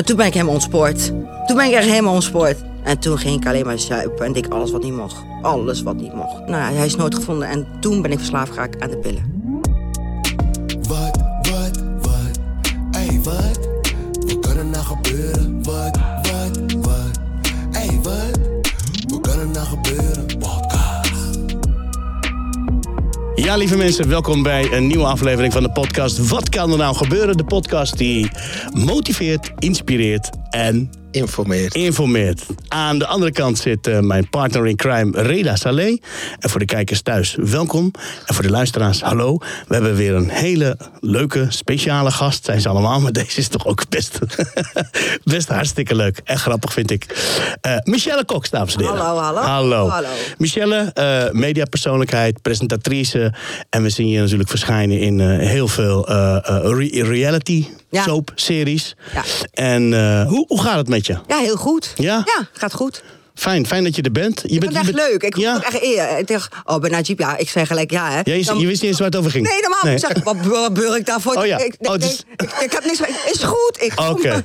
Nou, toen ben ik helemaal ontspoord. Toen ben ik echt helemaal ontspoord. En toen ging ik alleen maar zuipen en deed ik alles wat niet mocht. Alles wat niet mocht. Nou, ja, hij is nooit gevonden en toen ben ik verslaafd geraakt aan de pillen. Wat, wat, wat? Ey, wat? Wat kan er nou gebeuren? Wat, wat, wat? Ey, wat? Wat kan er nou gebeuren? Podcast. Ja, lieve mensen, welkom bij een nieuwe aflevering van de podcast Wat kan er nou gebeuren? De podcast die motiveert, inspireert en informeert. informeert. Aan de andere kant zit eh, mijn partner in crime, Reda Saleh. En voor de kijkers thuis, welkom. En voor de luisteraars, hallo. We hebben weer een hele leuke, speciale gast. Zijn ze allemaal, maar deze is toch ook best, best hartstikke leuk. En grappig, vind ik. Eh, Michelle Cox, dames en heren. Hallo, hallo. Hallo. Hallo. Michelle, eh, mediapersoonlijkheid, presentatrice. En we zien je natuurlijk verschijnen in eh, heel veel eh, eh, re- reality Ja. soap series. Ja. En eh, hoe, hoe gaat het met je? Ja, heel goed. Ja? gaat goed. Fijn, fijn dat je er bent. Je Ik bent vond het je echt bent- leuk. Ik ja. vond het echt eer. Ik dacht, oh, bij Najib, ja, ik zei gelijk ja, hè. Ja, je, Dan- je wist niet eens waar het over ging. Nee, normaal Nee. zeg ik, wat beur- beur ik daarvoor? Oh ja. ik, ik, Oh, dus- ik, ik- ik heb niks, van- is goed. Ik, Oké.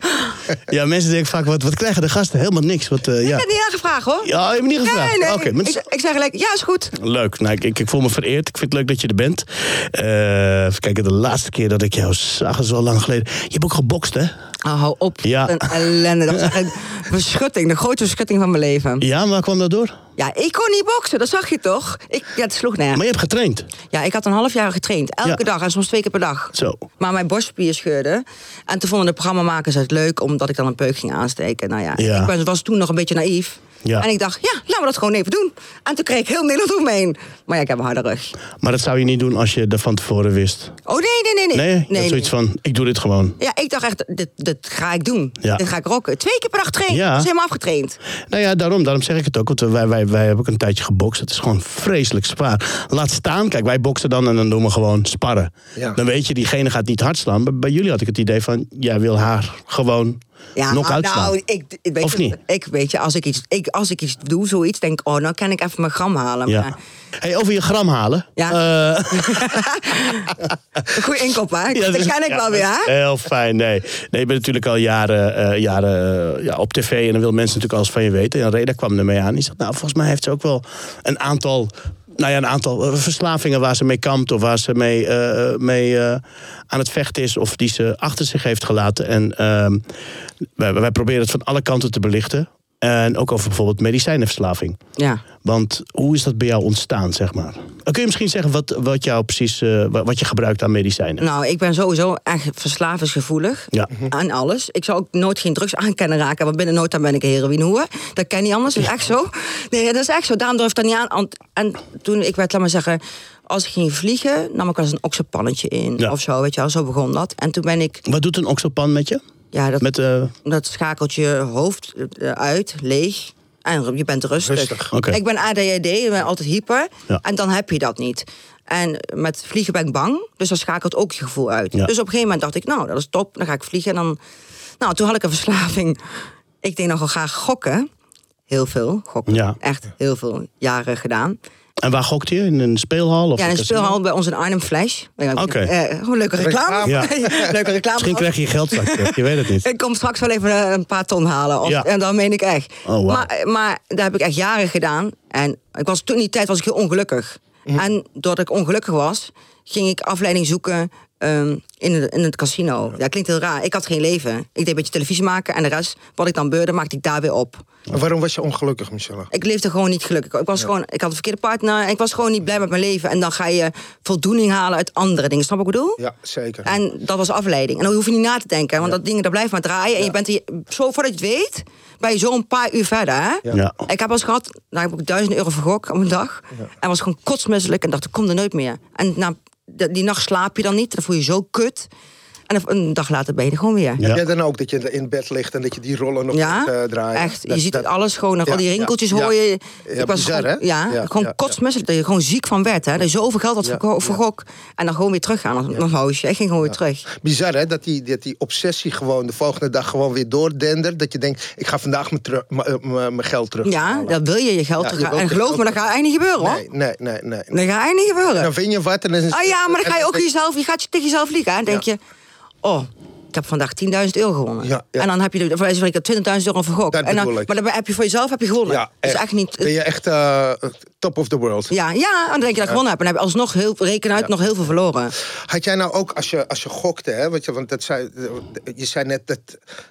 Ja, mensen denken vaak, wat, wat krijgen de gasten? Helemaal niks. Wat, eh, Ik ja. heb niet aangevraagd, hoor. Ja, je hebt niet gevraagd. Nee, nee. Oké, maar- ik, ik zei gelijk, ja, is goed. Leuk. Nou, ik, ik, ik voel me vereerd. Ik vind het leuk dat je er bent. Eh, even kijken, de laatste keer dat ik jou zag, is wel lang geleden. Je hebt ook gebokst, hè? Oh, hou op. Ja. Wat Een ellende. Dat was echt een beschutting. De grootste beschutting van mijn leven. Ja, waar kwam dat door? Ja, ik kon niet boksen. Dat zag je toch? Ik, ja, het sloeg nergens. Maar je hebt getraind. Ja, ik had een half jaar getraind. Elke Ja. dag en soms twee keer per dag. Zo. Maar mijn borstspier scheurde. En toen vonden de programmamakers het leuk omdat ik dan een peuk ging aansteken. Nou ja, Ja. ik was, was toen nog een beetje naïef. Ja. En ik dacht, ja, laten we dat gewoon even doen. En toen kreeg ik heel Nederland om me heen. Maar ja, ik heb een harde rug. Maar dat zou je niet doen als je dat van tevoren wist. Oh nee, nee, nee, nee. Nee, dat is zoiets van, ik doe dit gewoon. Ja, ik dacht echt, dit, dit ga ik doen. Ja. Dit ga ik rocken. Twee keer per dag trainen. Ja. Dat is helemaal afgetraind. Nou ja, daarom, daarom zeg ik het ook. Want wij, wij, wij hebben ook een tijdje gebokst. Het is gewoon vreselijk zwaar. Laat staan, kijk, wij boksen dan en dan doen we gewoon sparren. Ja. Dan weet je, diegene gaat niet hard slaan. Bij, bij jullie had ik het idee van, jij wil haar gewoon Ja, knock maar out slaan. nou, ik, ik weet Of je- niet? Ik weet je, als ik iets, ik, als ik iets doe, zoiets, denk oh, nou kan ik even mijn gram halen. Ja. Maar, Hey, over je gram halen. Ja. Eh, een goede inkoop, hè? Ja, dat is- ken ik ja, dus, eh, wel weer, hè? Heel fijn, nee. nee. Je bent natuurlijk al jaren, eh, jaren eh, ja, op tv en dan wil mensen natuurlijk alles van je weten. En Reda kwam ermee aan. Die zegt, nou, volgens mij heeft ze ook wel een aantal, nou ja, een aantal eh, verslavingen waar ze mee kampt of waar ze mee, eh, mee eh, aan het vechten is of die ze achter zich heeft gelaten. En ehm, wij, wij proberen het van alle kanten te belichten. En ook over bijvoorbeeld medicijnenverslaving. Ja. Want hoe is dat bij jou ontstaan, zeg maar? Dan kun je misschien zeggen wat, wat, jou precies, eh, wa- wat je gebruikt aan medicijnen? Nou, ik ben sowieso echt verslavingsgevoelig Ja. aan alles. Ik zou ook nooit geen drugs aan kunnen raken, want binnen nood aan ben ik een heroïnehoer. Dat kan niet anders, dat is echt zo. Nee, dat is echt zo, daarom durf ik dat niet aan. Want- En toen, ik werd, laat maar zeggen, als ik ging vliegen, nam ik wel eens een oxapannetje in Ja. of zo, weet je wel. Zo begon dat. En toen ben ik, Wat doet een oxopan met je? ja, dat... Met, eh, Dat schakelt je hoofd eh, uit, leeg. En je bent rustig. Rustig, oké. Ik ben ADHD, ik ben altijd hyper. Ja. En dan heb je dat niet. En met vliegen ben ik bang, dus dat schakelt ook je gevoel uit. Ja. Dus op een gegeven moment dacht ik, nou, dat is top, dan ga ik vliegen. En dan... Nou, toen had ik een verslaving. Ik deed nogal graag gokken. Heel veel gokken. Ja. Echt heel veel jaren gedaan. en waar gokt je? In een speelhal? Of Ja, een en casino? speelhal bij ons in Arnhem Flash. Oké. Eh, gewoon leuke reclame. Ja. leuke reclame. Misschien krijg je je geld straks terug, je weet het niet. Ik kom straks wel even eh, een paar ton halen. Of, Ja. En dan meen ik echt. Oh, wauw. maar, maar dat heb ik echt jaren gedaan. En ik was, toen in die tijd was ik heel ongelukkig. Mhm. En doordat ik ongelukkig was, ging ik afleiding zoeken ehm, in, het, in het casino. Ja, klinkt heel raar. Ik had geen leven. Ik deed een beetje televisie maken en de rest, wat ik dan beurde, maakte ik daar weer op. En waarom was je ongelukkig, Michelle? Ik leefde gewoon niet gelukkig. Ik, was gewoon, ik had een verkeerde partner. en Ik was gewoon niet blij met mijn leven. En dan ga je voldoening halen uit andere dingen. Snap je wat ik bedoel? Ja, zeker. En dat was afleiding. En dan hoef je niet na te denken, want dat dingen, dat blijft maar draaien. En je bent hier, zo voordat je het weet, ben je zo een paar uur verder. Hè? Ja. Ik heb wel eens gehad, daar heb ik duizend euro voor gok op een dag. En was gewoon kotsmisselijk en dacht, ik kom er nooit meer. En na, de- die nacht slaap je dan niet, dan voel je je zo kut. En een- een dag later ben je er gewoon weer. Ja. Heb jij dan ook dat je in bed ligt en dat je die rollen nog Ja, eh, draait? echt. Je Dat- ziet dat- het alles gewoon. nog Ja, al die ja, rinkeltjes ja. hoor je. Ja, bizar, gewoon, hè? ja, Ja, gewoon ja, kotsmisselijk. Dat je gewoon ziek van werd. Hè. Dat je zoveel geld had Ja, verko- ja. vergok. En dan gewoon weer teruggaan naar naar huisje. Ik ging gewoon weer terug. Bizar hè, dat die, dat die obsessie gewoon de volgende dag gewoon weer doordendert. Dat je denkt, ik ga vandaag mijn teru- m- eh, m- mijn geld terug. Ja, dan wil je je geld eh, terug. Ja, je wilt En het geloof me, ook. dat gaat eigenlijk niet gebeuren hoor. Nee, nee, nee, nee. Dat gaat eigenlijk niet gebeuren. Dan vind je wat en dan is Ah ja, maar dan ga je en- ook jezelf, je gaat je tegen jezelf liegen. En denk Ja. je, oh, ik heb vandaag 10.000 euro gewonnen. Ja, ja. En dan heb je er- voor wijze van spreken 20.000 euro vergokt. Dat En dan, bedoel ik. maar dan heb je voor jezelf heb je gewonnen. Ja, Dat is echt niet. Ben je echt eh, top of the world? Ja, ja, en dan denk je dat ik gewonnen heb. En dan heb je alsnog heel, reken uit, nog heel veel verloren. Had jij nou ook, als je, als je gokte, hè, want, je, want dat zei, je zei net dat,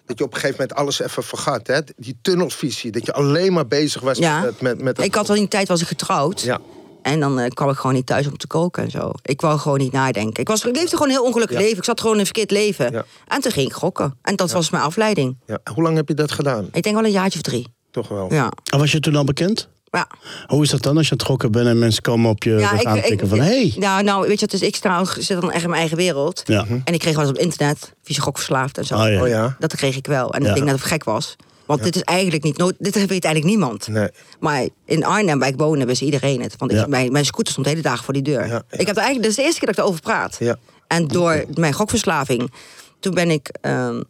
dat je op een gegeven moment alles even vergat, hè, die tunnelvisie, dat je alleen maar bezig was Ja. met, met, met het ik had al in die tijd was ik getrouwd. Ja. En dan eh, kwam ik gewoon niet thuis om te koken en zo. Ik wou gewoon niet nadenken. Ik, was, ik leefde gewoon een heel ongelukkig Ja. leven. Ik zat gewoon in een verkeerd leven. Ja. En toen ging ik gokken. En dat was mijn afleiding. Ja. Hoe lang heb je dat gedaan? Ik denk wel een jaartje of drie. Toch wel. Ja. En was je toen al bekend? ja. Hoe is dat dan als je aan het gokken bent en mensen komen op je rug aantikken van... Hey. Nou, nou, weet je wat, dus ik sta, zit dan echt in mijn eigen wereld. Ja. Mhm. En ik kreeg wel eens op internet, vieze verslaafd en zo. Oh ja. Oh ja. Dat kreeg ik wel. En Ja. ik denk dat het gek was. Want dit is eigenlijk niet nooit, dit weet eigenlijk niemand. Nee. Maar in Arnhem, waar ik woonde, wist iedereen het. Want ik- Ja. mijn, mijn scooter stond de hele dag voor die deur. Ja, ja. Ik heb er eigenlijk, dat is de eerste keer dat ik daarover praat. Ja. En door mijn gokverslaving, toen ben ik, ehm,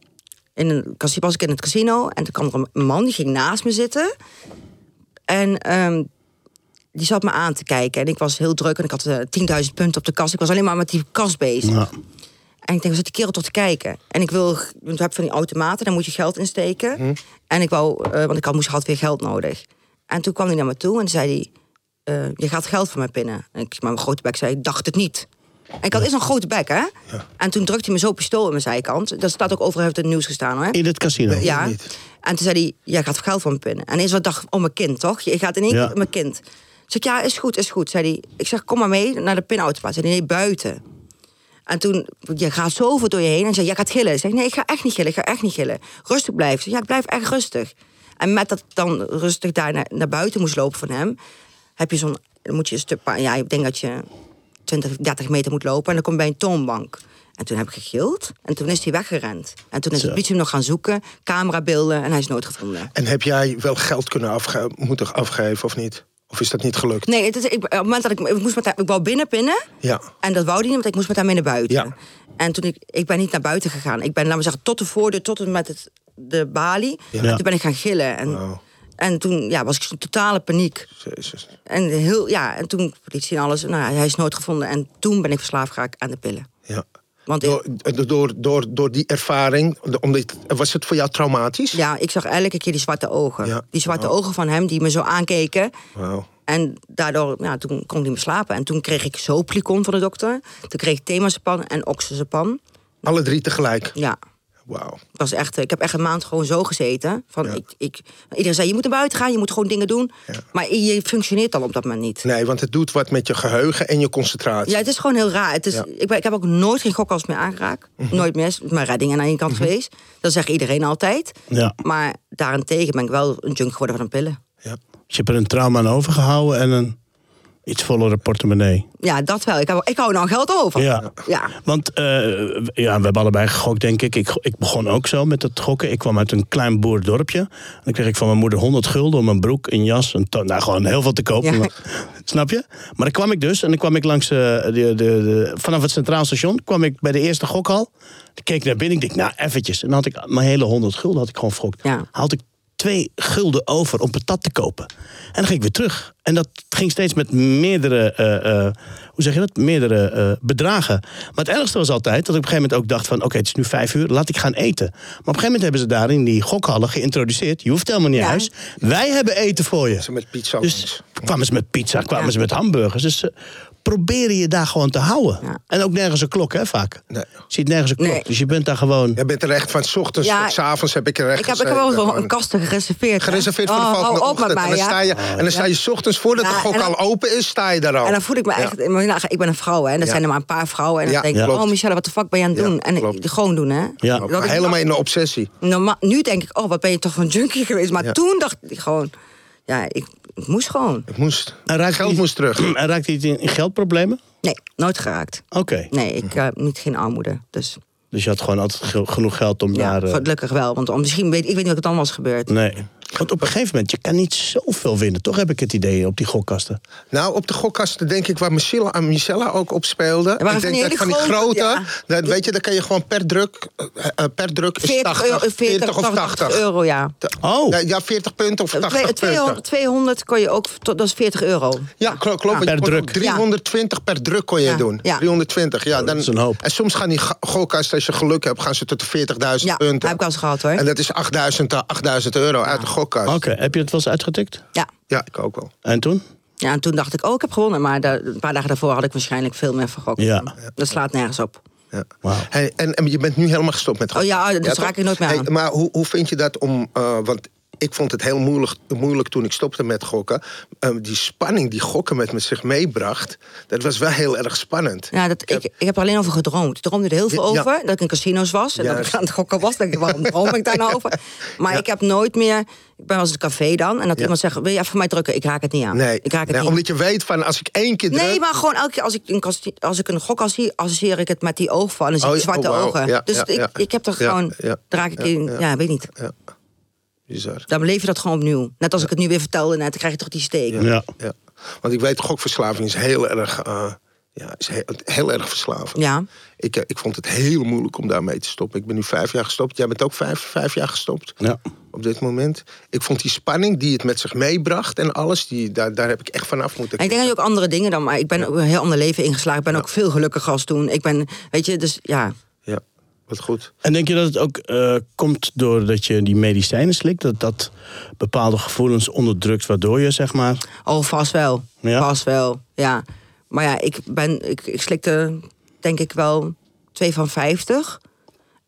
in een, casino- was ik in het casino. En toen kwam er een man, die ging naast me zitten. En ehm, die zat me aan te kijken. En ik was heel druk en ik had eh, 10.000 punten op de kast. Ik was alleen maar met die kast bezig. Ja. En ik denk, we zitten kerel tot te kijken. En ik wil, want je hebt van die automaten, daar moet je geld in steken. Mhm. En ik wou, eh, want ik had, moest, had weer geld nodig. En toen kwam hij naar me toe en zei hij, eh, je gaat geld van mij pinnen. En ik met mijn grote bek zei, ik dacht het niet. En ik had eerst een grote bek, hè? En toen drukte hij me zo pistool in mijn zijkant. Dat staat ook overal heeft het in het nieuws gestaan, hoor. In het casino? Ja. niet. En toen zei hij, jij gaat geld van me pinnen. En eerst wat dacht, oh mijn kind, toch? Je gaat in één Ja. keer mijn kind. Zeg ik, ja, is goed, is goed, zei hij. Ik zeg, kom maar mee naar de pinautomaat. Zei hij, nee, buiten. En toen, je gaat zoveel door je heen. En zei, jij gaat gillen. Ik zeg, nee, ik ga echt niet gillen, ik ga echt niet gillen. Rustig blijven. Ik zeg, ja, ik blijf echt rustig. En met dat ik dan rustig daar naar, naar buiten moest lopen van hem... heb je zo'n, dan moet je een stuk... pa- Ja, ik denk dat je 20, 30 meter moet lopen. En dan kom je bij een toonbank. En toen heb ik gegild. En toen is hij weggerend. En toen is het politie hem nog gaan zoeken. Camerabeelden. En hij is nooit gevonden. En heb jij wel geld kunnen afge moeten afgeven of niet? Of is dat niet gelukt? Nee, het is, ik, op het moment dat ik, ik moest met haar, ik wou binnen pinnen. Ja. En dat wou hij niet, want ik moest met haar mee naar buiten. Ja. En toen ik, ik ben niet naar buiten gegaan. Ik ben, laten we zeggen, tot de voordeur, tot en met het, de balie. En Toen ben ik gaan gillen. En, Wauw. en toen ja, was ik in totale paniek. Jezus. En, heel, ja, en toen politie en alles. Nou, ja, hij is nooit gevonden. En toen ben ik verslaafd geraakt aan de pillen. Ja. Want ik- door, eh, door, door, door die ervaring, omdat, was het voor jou traumatisch? Ja, ik zag elke keer die zwarte ogen. Ja. Die zwarte ogen van hem die me zo aankeken. Wauw. En daardoor, ja, toen kon hij me slapen. En toen kreeg ik Zoplicon van de dokter. Toen kreeg ik Themazepan en Oxazepam. Alle drie tegelijk. Ja, Wauw. het was echt, eh, ik heb echt een maand gewoon zo gezeten. Van, ik, ik, iedereen zei, je moet naar buiten gaan, je moet gewoon dingen doen. Maar je functioneert al op dat moment niet. Nee, want het doet wat met je geheugen en je concentratie. Ja, het is gewoon heel raar. Het is, Ja. ik, ben- ik heb ook nooit geen gokkels meer aangeraakt. Nooit meer. Is Mijn redding aan één kant geweest. Dat zegt iedereen altijd. Ja. Maar daarentegen ben ik wel een junk geworden van de pillen. Dus je hebt er een trauma aan overgehouden en een iets vollere portemonnee. Ja, dat wel. Ik, heb, ik hou nou geld over. Ja. Ja. Want eh, ja, we hebben allebei gegokt, denk ik. ik. Ik begon ook zo met het gokken. Ik kwam uit een klein boerdorpje. En dan kreeg ik van mijn moeder 100 gulden om een broek, een jas, een to- Nou, gewoon heel veel te kopen. Ja. Maar- snap je? Maar dan kwam ik dus en dan kwam ik langs... eh, de, de, de- vanaf het Centraal Station kwam ik bij de eerste gokhal. Ik keek naar binnen. Ik dacht, nou, eventjes. En dan had ik mijn hele 100 gulden had ik gewoon vergokt. Ja. Had ik twee gulden over om patat te kopen. En dan ging ik weer terug. En dat ging steeds met meerdere, eh, eh, hoe zeg je dat? Meerdere eh, bedragen. Maar het ergste was altijd dat ik op een gegeven moment ook dacht van... oké, het is nu vijf uur, laat ik gaan eten. Maar op een gegeven moment hebben ze daar in die gokhallen geïntroduceerd... je hoeft helemaal niet naar Ja. huis, wij hebben eten voor je. Ze met pizza. Dus kwamen ze met pizza, kwamen Ja. ze met hamburgers. Dus ze proberen je daar gewoon te houden. Ja. En ook nergens een klok, hè, vaak. Nee. Je ziet nergens een klok. Nee. Dus je bent daar gewoon... Jij bent er echt van 's ochtends Ja, tot 's avonds heb ik er echt Ik heb, ik heb gezeten, wel eens wel gewoon. een kasten gereserveerd. hè. Gereserveerd voor de Oh, volgende hou op met ochtend. mij, en dan, ja. sta je, en dan sta je 's ochtends voordat Ja, de gok en dan- al open is, sta je daar al. En dan voel ik me Ja. echt... maar ja, Ik ben een vrouw, hè. En er Ja. zijn er maar een paar vrouwen. En dan Ja, denk ik, klopt. oh Michelle, wat de fuck ben je aan het Ja, doen? en ik, klopt. gewoon doen, hè. Ja. Dat Maar ik- helemaal in de obsessie. norma- nu denk ik, oh, wat ben je toch van junkie geweest. Maar Ja. toen dacht ik gewoon... Ja, ik, ik moest gewoon. Het moest. En raakt geld hij- moest terug. En raakt hij het in in geldproblemen? Nee, nooit geraakt. Oké. Nee, ik eh, niet geen armoede. Dus Dus je had gewoon altijd ge- genoeg geld om Ja, daar... eh, gelukkig wel. Want misschien weet ik weet niet wat er dan was Mm. gebeurd. nee. Want op een gegeven moment, je kan niet zoveel winnen. Toch heb ik het idee op die gokkasten. Nou, op de gokkasten denk ik waar Michelle aan Michelle ook op speelde. waren ik van denk die dat hele van die grote, grote, dat, weet je, dan kan je gewoon per druk, eh, eh, per druk is 40, 80, euro, 40, 40 of 80. euro, ja. Oh, Ja, ja, 40 punten of 80 Twee- 200, punten. 200 kon je ook, tot, dat is 40 euro. Ja, klopt. klopt. Ja. want je Per kon druk. 320 per druk kon je Ah. Ja, doen. ja. 320, ja. Dan, dat is een hoop. En soms gaan die ga- gokkasten, als je geluk hebt, gaan ze tot de 40.000 Ja, punten. heb ik wel eens gehad, hoor. En dat is 8000, eh, 8000 euro uit de gokkast. oké. Heb je het wel eens uitgetikt? Ja. Ja, ik ook wel. En toen? ja, en toen dacht ik, oh, ik heb gewonnen. Maar da- een paar dagen daarvoor had ik waarschijnlijk veel meer vergokt. Ja. Dat slaat nergens op. Ja. Wauw. Hey, en, en je bent nu helemaal gestopt met Oh ja, dat dus raak ik nooit meer aan. maar hoe, hoe vind je dat om... eh, want ik vond het heel moeilijk, moeilijk toen ik stopte met gokken. Eh, die spanning die gokken met me zich meebracht... dat was wel heel erg spannend. Ja, dat, ik, ik heb er alleen over gedroomd. Ik droomde er heel veel Ja. over. Dat ik in casinos was en dat Juist. ik aan het gokken was. Denk ik, waarom droom ik daar nou over? Maar ik heb nooit meer... Ik ben wel eens in het café dan. En dat iemand zegt, wil je even voor mij drukken? Ik raak het niet aan. Nee, ik raak het nee, niet aan. omdat je weet van als ik één keer Nee, druk- maar gewoon elke keer als ik een, kasti- als ik een gok al zie, associeer ik het met die oog van. Dan zie ik Oh, die zwarte oh, wauw. ogen. Ja, dus ja, ik, ja. ik heb er Ja, gewoon, ja, daar raak ik ja, in, ja. ja. weet niet. Bizar. Dan beleef je dat gewoon opnieuw. Net als ik het nu weer vertelde net, dan krijg je toch die steek. Ja. Ja, Ja. Want ik weet, gokverslaving is heel erg, eh, ja, is heel, heel erg verslavend. Ja. Ik, eh, ik vond het heel moeilijk om daarmee te stoppen. Ik ben nu vijf jaar gestopt. Jij bent ook vijf, vijf jaar gestopt Ja. op dit moment. Ik vond die spanning die het met zich meebracht en alles, die, daar, daar heb ik echt vanaf moeten En ik denk dat je ook andere dingen dan, maar ik ben ook een heel ander leven ingeslagen. Ik ben ook veel gelukkiger als toen. Ik ben, weet je, dus ja. Ja, wat goed. En denk je dat het ook eh, komt doordat je die medicijnen slikt? Dat dat bepaalde gevoelens onderdrukt, waardoor je zeg maar. Oh, vast wel. Ja? Vast wel, ja. Maar ja, ik, ben, ik, ik slikte denk ik wel twee van vijftig.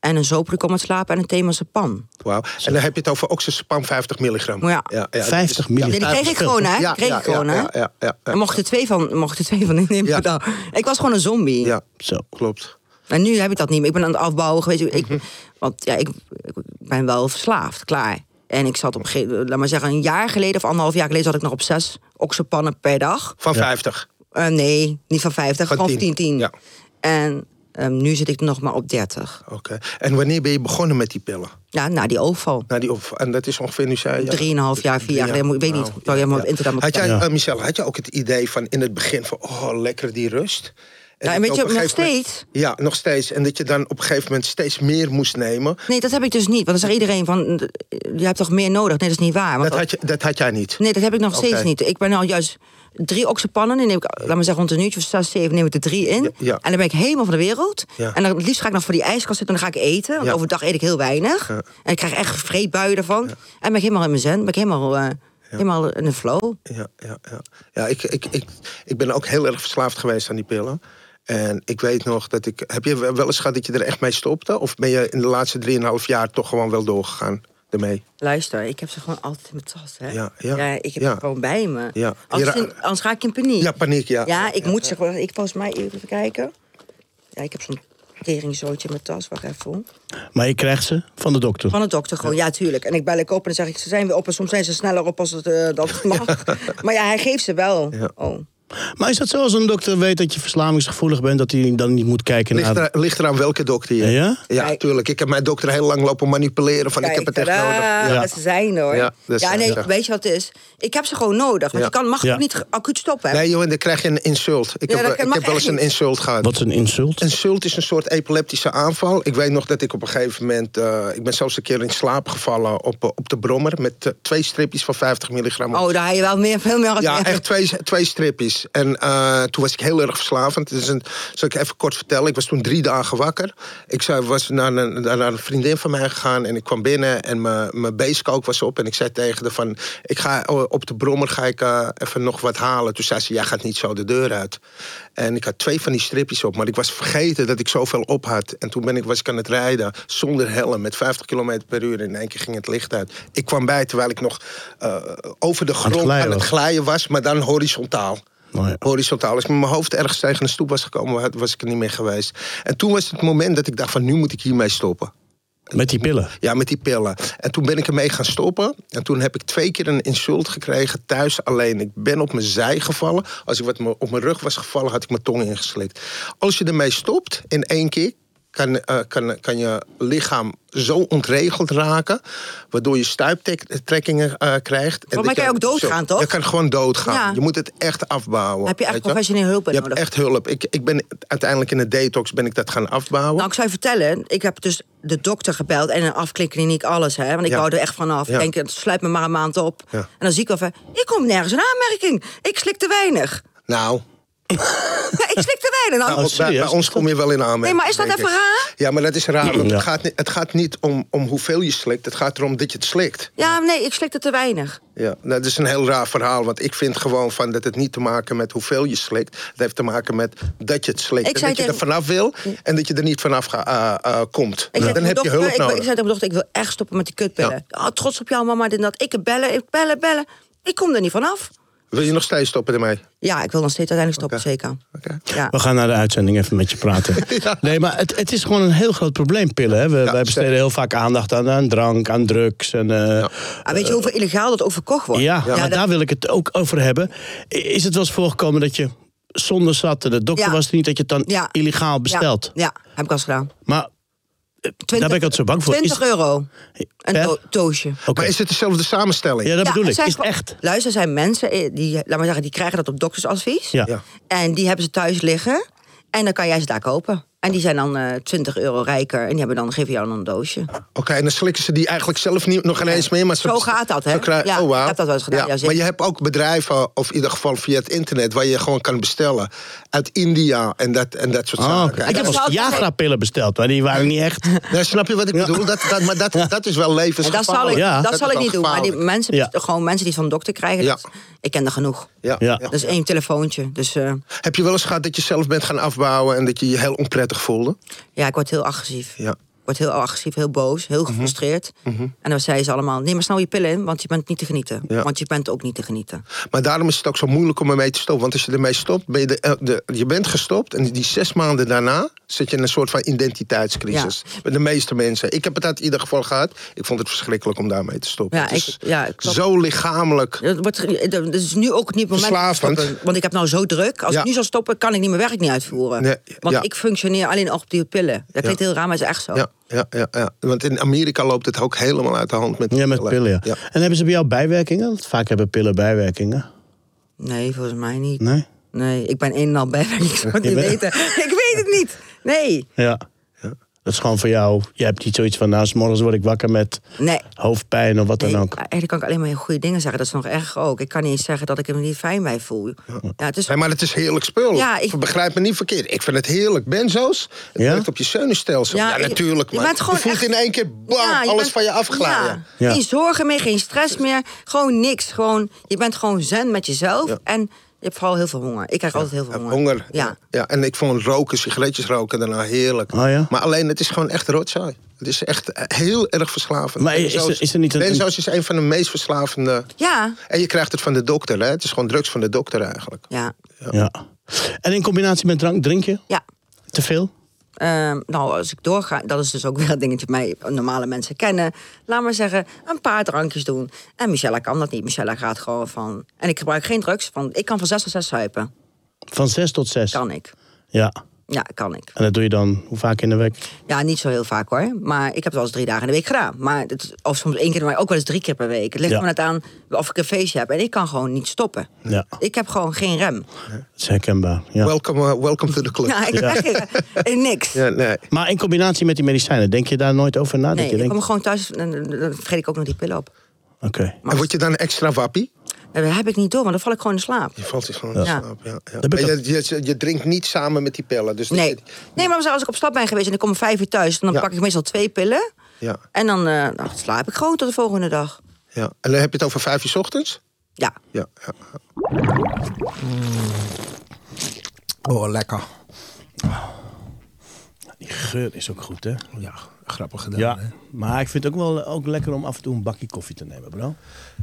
En een zoperik om het slapen en een themazepam. Wauw. En dan heb je het over oxazepam 50 milligram. dus- Ja. 50 milligram. Ja, die kreeg ik gewoon, hè? Ja, kreeg ja, ik gewoon, ja, hè? ja, ja, ja. En mocht er twee van, mocht er twee van innemen Ja. dan. Ik was gewoon een zombie. Ja, Zo. klopt. En nu heb ik dat niet meer. Ik ben aan het afbouwen geweest. Ik, Mhm. want ja, ik, ik ben wel verslaafd, klaar. En ik zat op, een gegeven- laat maar zeggen, een jaar geleden of anderhalf jaar geleden zat ik nog op zes oxopannen per dag. Van 50. Eh, nee, niet van 50, Van van gewoon 10. 10, 10. Ja. En ehm, nu zit ik nog maar op 30. Oké. En wanneer ben je begonnen met die pillen? Ja, na die overval. Nou, die op, en dat is ongeveer nu zei je. nou, Drieënhalf jaar, vier jaar Ja, geleden. moet- Ik weet wauw. niet. Ik zou helemaal op internet moeten Had jij, Ja. eh, Michelle, had je ook het idee van in het begin van, oh, lekker die rust? Ja, Nou, en dat weet op je, een nog gegeven moment- steeds. Ja, nog steeds. En dat je dan op een gegeven moment steeds meer moest nemen. Nee, dat heb ik dus niet. Want dan zegt iedereen van, eh, je hebt toch meer nodig? Nee, dat is niet waar. Want Dat had, je, dat had jij niet. Nee, dat heb ik nog steeds Oké. niet. Ik ben al juist drie oxypannen. Die neem ik, laat maar zeggen, rond een uurtje of zes, zeven neem ik er drie in. ja. En dan ben ik helemaal van de wereld. Ja. En dan het liefst ga ik nog voor die ijskast zitten. En dan ga ik eten. Want Ja. overdag eet ik heel weinig. En ik krijg echt vreedbuien ervan. En ben ik helemaal in mijn zen. Ben ik helemaal, eh, helemaal in de flow. Ja, ja, ja. ja ik, ik, ik, ik ben ook heel erg verslaafd geweest aan die pillen. En ik weet nog dat ik... Heb je wel eens gehad dat je er echt mee stopte? Of ben je in de laatste 3,5 jaar toch gewoon wel doorgegaan ermee? Luister, ik heb ze gewoon altijd in mijn tas. Hè? Ja, ja. ik heb Ja. ze gewoon bij me. Ja. Anders, Ja, in- anders ga ik in paniek. Ja, paniek, ja. Ja, ik moet zeggen, ik volgens mij even kijken. Ja, ik heb zo'n teringzootje in mijn tas. Wacht even. hoor. Maar je krijgt ze van de dokter. Van de dokter gewoon, ja. tuurlijk. En ik bel ik op en dan zeg ik, ze zijn weer op. En soms zijn ze sneller op als het eh, dat mag. Maar ja, hij geeft ze wel. Ja. Oh. Maar is dat zo als een dokter weet dat je verslavingsgevoelig bent, dat hij dan niet moet kijken Ligt, naar. er, ligt eraan welke dokter je Ja, ja? hebt. Ja, Kijk. tuurlijk. Ik heb mijn dokter heel lang lopen manipuleren van ik heb het echt tadaa, nodig. Ja. Ja. dat ze zijn hoor. Ja, Ja, dat zijn nee, ze. weet je wat het is? Ik heb ze gewoon nodig. Want je Ja. kan, mag Ja. ook niet ge- acuut stoppen. hè? Nee joh, en dan krijg je een insult. Ik Ja, heb, eh, dat ik mag heb wel eens echt een niet. insult gehad. Wat is een insult? Insult is een soort epileptische aanval. Ik weet nog dat ik op een gegeven moment... eh, ik ben zelfs een keer in slaap gevallen op, eh, op de brommer... met eh, twee stripjes van 50 milligram. Oh, daar heb je wel meer, veel meer. Ja, echt twee, twee stripjes. En eh, toen was ik heel erg verslavend. Dus een, zal ik even kort vertellen? Ik was toen drie dagen wakker. Ik zou, was naar een, naar een vriendin van mij gegaan en ik kwam binnen en mijn- mijn beestkook was op. En ik zei tegen haar van, ik ga eh, op de brommer ga ik eh, even nog wat halen. Toen zei ze, jij gaat niet zo de deur uit. En ik had twee van die stripjes op, maar ik was vergeten dat ik zoveel op had. En toen ben ik, was ik aan het rijden zonder helm met 50 km per uur. En in één keer ging het licht uit. Ik kwam bij terwijl ik nog eh, over de grond glijden aan het was. glijden was, maar dan horizontaal. Oh ja. Horizontaal. Als ik met mijn hoofd ergens tegen een stoep was gekomen, had- was ik er niet meer geweest. En toen was het moment dat ik dacht van nu moet ik hiermee stoppen. Met die pillen. Ja, met die pillen. En toen ben ik ermee gaan stoppen. En toen heb ik twee keer een insult gekregen thuis alleen. Ik ben op mijn zij gevallen. Als ik wat me- op mijn rug was gevallen, had ik mijn tong ingeslikt. Als je ermee stopt in één keer, kan, eh, kan, kan je lichaam zo ontregeld raken, waardoor je stuiptrekkingen eh, krijgt. En Maar dat kan je ook doodgaan, toch? Je kan gewoon doodgaan. Ja. Je moet het echt afbouwen. Heb je echt weet professionele hulp bij Je nodig? hebt echt hulp. Ik, ik ben uiteindelijk in de detox ben ik dat gaan afbouwen. Nou, ik zou je vertellen, ik heb dus de dokter gebeld en een afklikkliniek, alles. Hè, want ik Ja. wou er echt vanaf. Ja. Ik denk, het sluit me maar een maand op. Ja. En dan zie ik wel van, ik kom nergens in aanmerking. Ik slik te weinig. nou Ja, ik slik te weinig. Nou, Nou, Oh, bij, serieus? bij ons kom je wel in aanmerking. Nee, maar is dat denk even ik. raar? Ja, maar dat is raar. Want Ja. het, gaat niet, het gaat niet om, om hoeveel je slikt. Het gaat erom dat je het slikt. ja, nee, ik slikte te weinig. Ja. Dat is een heel raar verhaal. Want ik vind gewoon van dat het niet te maken met hoeveel je slikt. Het heeft te maken met dat je het slikt. Ik en zei dat je er tegen- vanaf wil en dat je er niet vanaf ga, eh, eh, komt. Ik zei tegen Dan heb je mijn dochter, hulp ik, nodig. Ik zei tegen mijn dochter, ik wil echt stoppen met die kutpillen. Ah, trots op jou, mama, dit en dat. Ik bellen, ik bellen, bellen. Ik kom er niet vanaf. Wil je nog steeds stoppen ermee? Ja, ik wil nog steeds uiteindelijk stoppen, zeker. Oké. Ja. We gaan naar de uitzending even met je praten. Nee, maar het, het is gewoon een heel groot probleem, pillen. Hè? We, wij besteden heel vaak aandacht aan, aan drank, aan drugs. En, eh, Ah, weet je hoeveel illegaal dat ook verkocht wordt? Ja, maar dat- daar wil ik het ook over hebben. I- Is het wel eens voorgekomen dat je zonder zat, de dokter Ja. was er niet, dat je het dan Ja. illegaal ja, bestelt? Ja, heb ik al eens gedaan. Maar eh, daar ben ik altijd zo bang voor. Is- 20 euro. Een Hè? to- doosje. Oké. Maar is het dezelfde samenstelling? Ja, dat Ja, bedoel het ik. zijn Is het gewoon- echt? Luister, er zijn mensen eh, die, laat maar zeggen, die krijgen dat op doktersadvies. Ja. Ja. En die hebben ze thuis liggen. En dan kan jij ze daar kopen. En die zijn dan eh 20 euro rijker. En die hebben dan, geven jou dan een doosje. Oké, en dan slikken ze die eigenlijk zelf niet, nog ineens meer. Maar ze- Zo gaat dat, hè? ze krijgen- Ja, oh, wauw. ik heb dat wel eens gedaan, ja, zeker. maar je hebt ook bedrijven, of in ieder geval via het internet... waar je gewoon kan bestellen uit India en dat, en dat soort Oh, zaken. oké. En Ik dat- heb wel zou eens ik zeggen- Jagra-pillen besteld, maar die waren niet echt. Nee, snap je wat ik bedoel? Dat, dat, maar dat, dat is wel En dat levensgevaarlijk. zal ik, Ja. dat is zal ik wel niet doen. Maar die gevaarlijk. mensen, Ja. gewoon mensen die het van de dokter krijgen. Ja. dat is- ik ken er genoeg. Ja. Ja. ja. Dat is één telefoontje. Dus eh, Heb je wel eens gehad dat je zelf bent gaan afbouwen... en dat je je heel onprettig voelde? ja, ik word heel agressief. Ja. Mhm. Ik word heel agressief, heel boos, heel gefrustreerd. En dan zeiden ze allemaal, neem maar snel je pillen in, want je bent niet te genieten. Ja. Want je bent ook niet te genieten. Maar daarom is het ook zo moeilijk om ermee te stoppen. Want als je ermee stopt, ben je, de, eh, de- je bent gestopt. En die zes maanden daarna zit je in een soort van identiteitscrisis. Met de meeste mensen. Ik heb het uit ieder geval gehad. Ik vond het verschrikkelijk om daarmee te stoppen. Ja, het is ik- ja, klopt. zo lichamelijk. Dat, wordt, ge- dat is nu ook niet het moment. om te Verslavend. stoppen, Want ik heb nou zo druk. Als Ja. ik nu zou stoppen, kan ik niet mijn werk niet uitvoeren. Nee, want ja. ik functioneer alleen nog op die pillen. Dat klinkt heel raar, maar het is echt zo. Ja, ja, ja, ja. Want in Amerika loopt het ook helemaal uit de hand met Ja, met pillen, ja. En hebben ze bij jou bijwerkingen? Want vaak hebben pillen bijwerkingen. Nee, volgens mij niet. Nee? Nee, ik ben een en al bij. Ik zou het Je niet bent- weten. Ik weet het niet. Nee. Ja. Dat is gewoon voor jou. Je hebt niet zoiets van, nou, 's morgens word ik wakker met Nee. hoofdpijn of wat Nee, dan ook. eigenlijk kan ik alleen maar goede dingen zeggen. Dat is nog erg ook. Ik kan niet eens zeggen dat ik me niet fijn bij voel. Ja, het is Nee, maar het is heerlijk spul. Ja, ik- Begrijp me niet verkeerd. Ik vind het heerlijk. Benzo's, het Ja? werkt op je zenuwstelsel. Ja, Ja, ik- natuurlijk. je Man. Je, bent gewoon voelt echt- in één keer bam, Ja, alles bent- van je afglijden. Ja. Ja. Geen zorgen meer, geen stress meer. Gewoon niks. Gewoon, je bent gewoon zen met jezelf. En je hebt vooral heel veel honger. Ik krijg altijd heel veel Ja, honger. Eh, Honger. Ja. Ja. ja. En ik vond roken, sigaretjes roken daarna heerlijk. Oh ja? Maar alleen, het is gewoon echt rotzooi. Het is echt eh, heel erg verslavend. Maar is- Benzo's- is er niet een- Benzo's is een van de meest verslavende... Ja. En je krijgt het van de dokter, hè? Het is gewoon drugs van de dokter eigenlijk. Ja. Ja. En in combinatie met drank, drink je ja. te veel? Ehm, nou, als ik doorga, dat is dus ook weer een dingetje dat mij normale mensen kennen. Laat maar zeggen, een paar drankjes doen. En Michelle kan dat niet. Michelle gaat gewoon van. En ik gebruik geen drugs, want ik kan van zes tot zes zuipen. Van zes tot zes? Kan ik. Ja. Ja, kan ik. En dat doe je dan hoe vaak in de week? Ja, niet zo heel vaak hoor. Maar ik heb het wel eens drie dagen in de week gedaan. Maar het, is- of soms één keer, maar ook wel eens drie keer per week. Het ligt Ja. er maar net aan of ik een feestje heb. En ik kan gewoon niet stoppen. Ja. Ik heb gewoon geen rem. Dat is herkenbaar. Ja. Welcome, eh, welcome to the club. Ja, ik zeg je, eh, niks. Ja, nee. Maar in combinatie met die medicijnen, denk je daar nooit over na? dat Nee, je ik denkt, kom gewoon thuis en dan- dan vergeet ik ook nog die pillen op. Oké. En word je dan extra wappie? Dat heb ik niet door, want dan val ik gewoon in slaap. Je valt dus gewoon in Ja. slaap. Ja, ja. heb ik En Je, je, je drinkt niet samen met die pillen. Dus Nee. nee, maar als ik op stap ben geweest en ik kom om vijf uur thuis... dan Ja. pak ik meestal twee pillen. Ja. En dan eh, nou, dan slaap ik gewoon tot de volgende dag. Ja. En dan heb je het over vijf uur 's ochtends? Ja. Ja. ja. Oh, lekker. Die geur is ook goed, hè? Ja, grappig gedaan. Ja. Hè? Maar ik vind het ook wel eh, ook lekker om af en toe een bakje koffie te nemen, bro.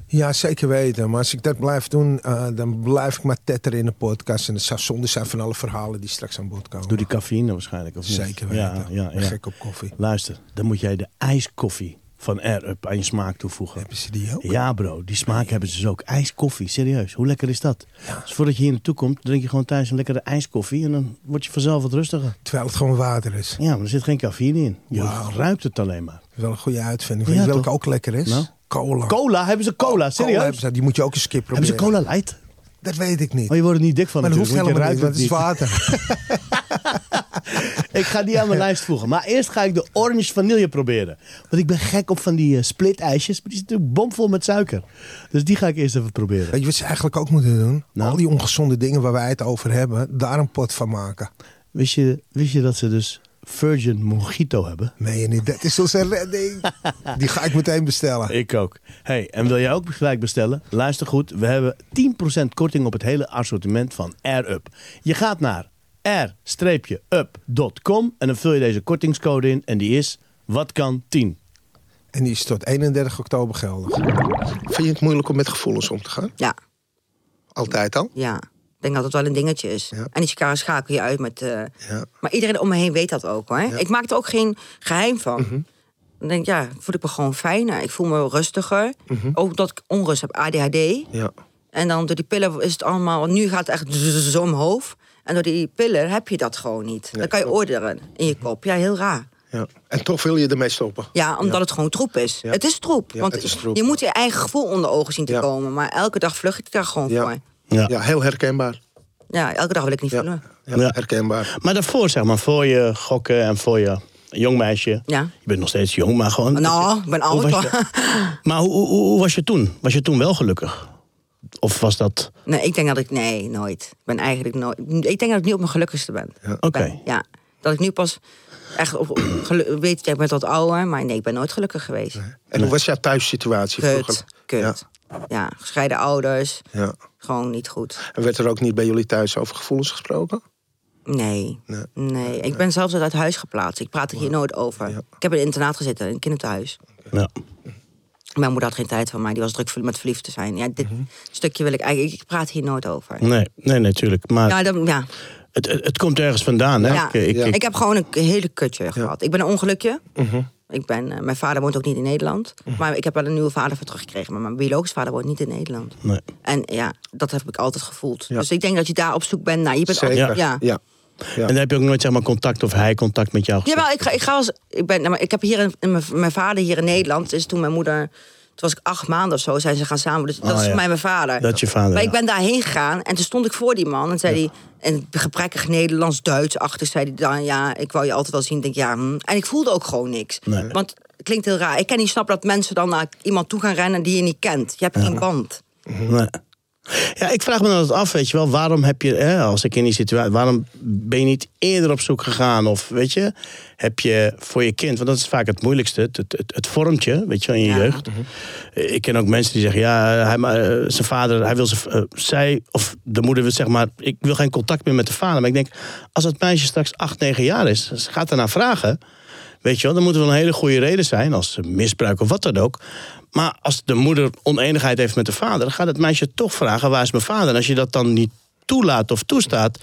ja, zeker weten. Maar als ik dat blijf doen, eh, dan blijf ik maar tetteren in de podcast. En het zou zonde zijn van alle verhalen die straks aan bod komen. Doe die cafeïne waarschijnlijk, of niet? Zeker weten. Ja, ja, ja. Gek op koffie. Luister, dan moet jij de ijskoffie van Air-Up aan je smaak toevoegen. Hebben ze die ook? Ja, bro. Die smaak hebben ze dus ook. IJskoffie, serieus. Hoe lekker is dat? Dus voordat je hier naartoe komt, drink je gewoon thuis een lekkere ijskoffie. En dan word je vanzelf wat rustiger. Terwijl het gewoon water is. Ja, maar er zit geen cafeïne in. Je Wauw. ruikt het alleen maar. Dat is wel een goede uitvinding. Ja, Weet je welke toch? ook lekker is? Nou? Cola. Cola? Hebben ze cola? Serieus? Oh, Cola hebben hebben, ze, die moet je ook eens skip proberen. ze cola light? Dat weet ik niet. Oh, je wordt er niet dik van maar dat hoeft natuurlijk, helemaal niet, want want het is je ruikt water. het niet. Ik ga die aan mijn lijst voegen. Maar eerst ga ik de orange vanille proberen. Want ik ben gek op van die eh, split ijsjes. Maar die is natuurlijk bomvol met suiker. Dus die ga ik eerst even proberen. weet je wat ze eigenlijk ook moeten doen? Nou? Al die ongezonde dingen waar wij het over hebben, daar een pot van maken. Wist je, wist je dat ze dus virgin mojito hebben? Nee, niet. dat is onze redding. Die ga ik meteen bestellen. Ik ook. Hey, en wil jij ook gelijk bestellen? Luister goed, we hebben 10% korting op het hele assortiment van Air Up. Je gaat naar air-up.com en dan vul je deze kortingscode in en die is wat kan 10. En die is tot 31 oktober geldig. Vind je het moeilijk om met gevoelens om te gaan? Ja, Altijd al? ja. Ik denk dat het wel een dingetje is. Ja. En die elkaar schakel je uit met... eh, Ja. Maar iedereen om me heen weet dat ook hoor. Ik maak er ook geen geheim van. Mhm. Dan denk ik, ja, voel ik me gewoon fijner. Ik voel me rustiger. Mhm. Ook dat ik onrust heb, ADHD. Ja. En dan door die pillen is het allemaal... want Nu gaat het echt zzz omhoog. En door die pillen heb je dat gewoon niet. dan kan je orderen in je kop. Ja, heel raar. ja. En toch wil je ermee stoppen. Ja, omdat het gewoon troep is. Het is troep. Ja, want het is troep. je moet je eigen gevoel onder ogen zien te Ja. komen. Maar elke dag vlug ik daar gewoon Ja. voor. Ja. Ja, heel herkenbaar. Ja, elke dag wil ik niet Ja, voelen. ja, Ja. herkenbaar. Maar daarvoor, zeg maar, voor je gokken en voor je jong meisje. Ja. Je bent nog steeds jong, maar gewoon... Nou, ik ben Hoe oud. was je- maar hoe, hoe, hoe was je toen? Was je toen wel gelukkig? Of was dat... Nee, ik denk dat ik... Nee, nooit. Ik ben eigenlijk nooit... Ik denk dat ik nu op mijn gelukkigste ben. Oké. Ben- Ja. Dat ik nu pas echt op, gelu- weet, ja, ik ben wat ouder, maar nee, ik ben nooit gelukkig geweest. En hoe was jouw thuissituatie Kut, vroeger? kut. Ja. gescheiden ouders, Ja, ja. gewoon niet goed. En werd er ook niet bij jullie thuis over gevoelens gesproken? Nee, Nee. nee. Ik ben zelfs uit huis geplaatst. Ik praat er hier nooit over. Ik heb in een internaat gezeten, in een kinderthuis. Ja. Mijn moeder had geen tijd van mij, die was druk ver- met verliefd te zijn. Ja, dit Mhm. stukje wil ik eigenlijk, ik praat hier nooit over. Nee, nee, natuurlijk. Maar Ja, dat, ja. het, het, het komt ergens vandaan, hè? Ja. Ik- ik- ik- Ik heb gewoon een k- hele kutje gehad. Ik ben een ongelukje. Mhm. Ik ben, eh, mijn vader woont ook niet in Nederland. Maar ik heb wel een nieuwe vader voor teruggekregen. Maar mijn biologische vader woont niet in Nederland. nee. En ja, dat heb ik altijd gevoeld. Ja. Dus ik denk dat je daar op zoek bent naar. Je bent Zeker. altijd- ja. ja. En dan heb je ook nooit zeg maar, contact of hij contact met jou gehad? Jawel, ik ga, ik ga als. Ik, ben, nou, maar ik heb hier een, een- mijn, mijn vader hier in Nederland. Is toen mijn moeder. Toen was ik acht maanden of zo, zijn ze gaan samen. Dus dat Ah, is ja. voor mij mijn vader. Dat is je vader, Maar ja. ik ben daarheen gegaan en toen stond ik voor die man. En zei hij, in gebrekkig Nederlands, Duits achter, zei hij dan... Ja, ik wou je altijd wel zien. Ik Denk, ja, hm. En ik voelde ook gewoon niks. Want het klinkt heel raar. Ik kan niet snappen dat mensen dan naar iemand toe gaan rennen die je niet kent. Je hebt geen band. Nee. Ja, ik vraag me dan altijd af, weet je wel, waarom heb je, hè, als ik in die situatie, waarom ben je niet eerder op zoek gegaan? Of weet je, heb je voor je kind, want dat is vaak het moeilijkste, het, het, het, het vormt je, weet je wel, in je Ja. Mhm. jeugd. Ik ken ook mensen die zeggen, ja, hij, ma- eh, zijn vader, hij wil zijn, eh, zij, of de moeder wil zeg maar, ik wil geen contact meer met de vader. Maar ik denk, als dat meisje straks acht, negen jaar is, ze gaat daarna vragen, Weet je wel, dan moet er wel een hele goede reden zijn, als misbruik of wat dan ook. Maar als de moeder oneenigheid heeft met de vader, dan gaat het meisje toch vragen: waar is mijn vader? En als je dat dan niet toelaat of toestaat,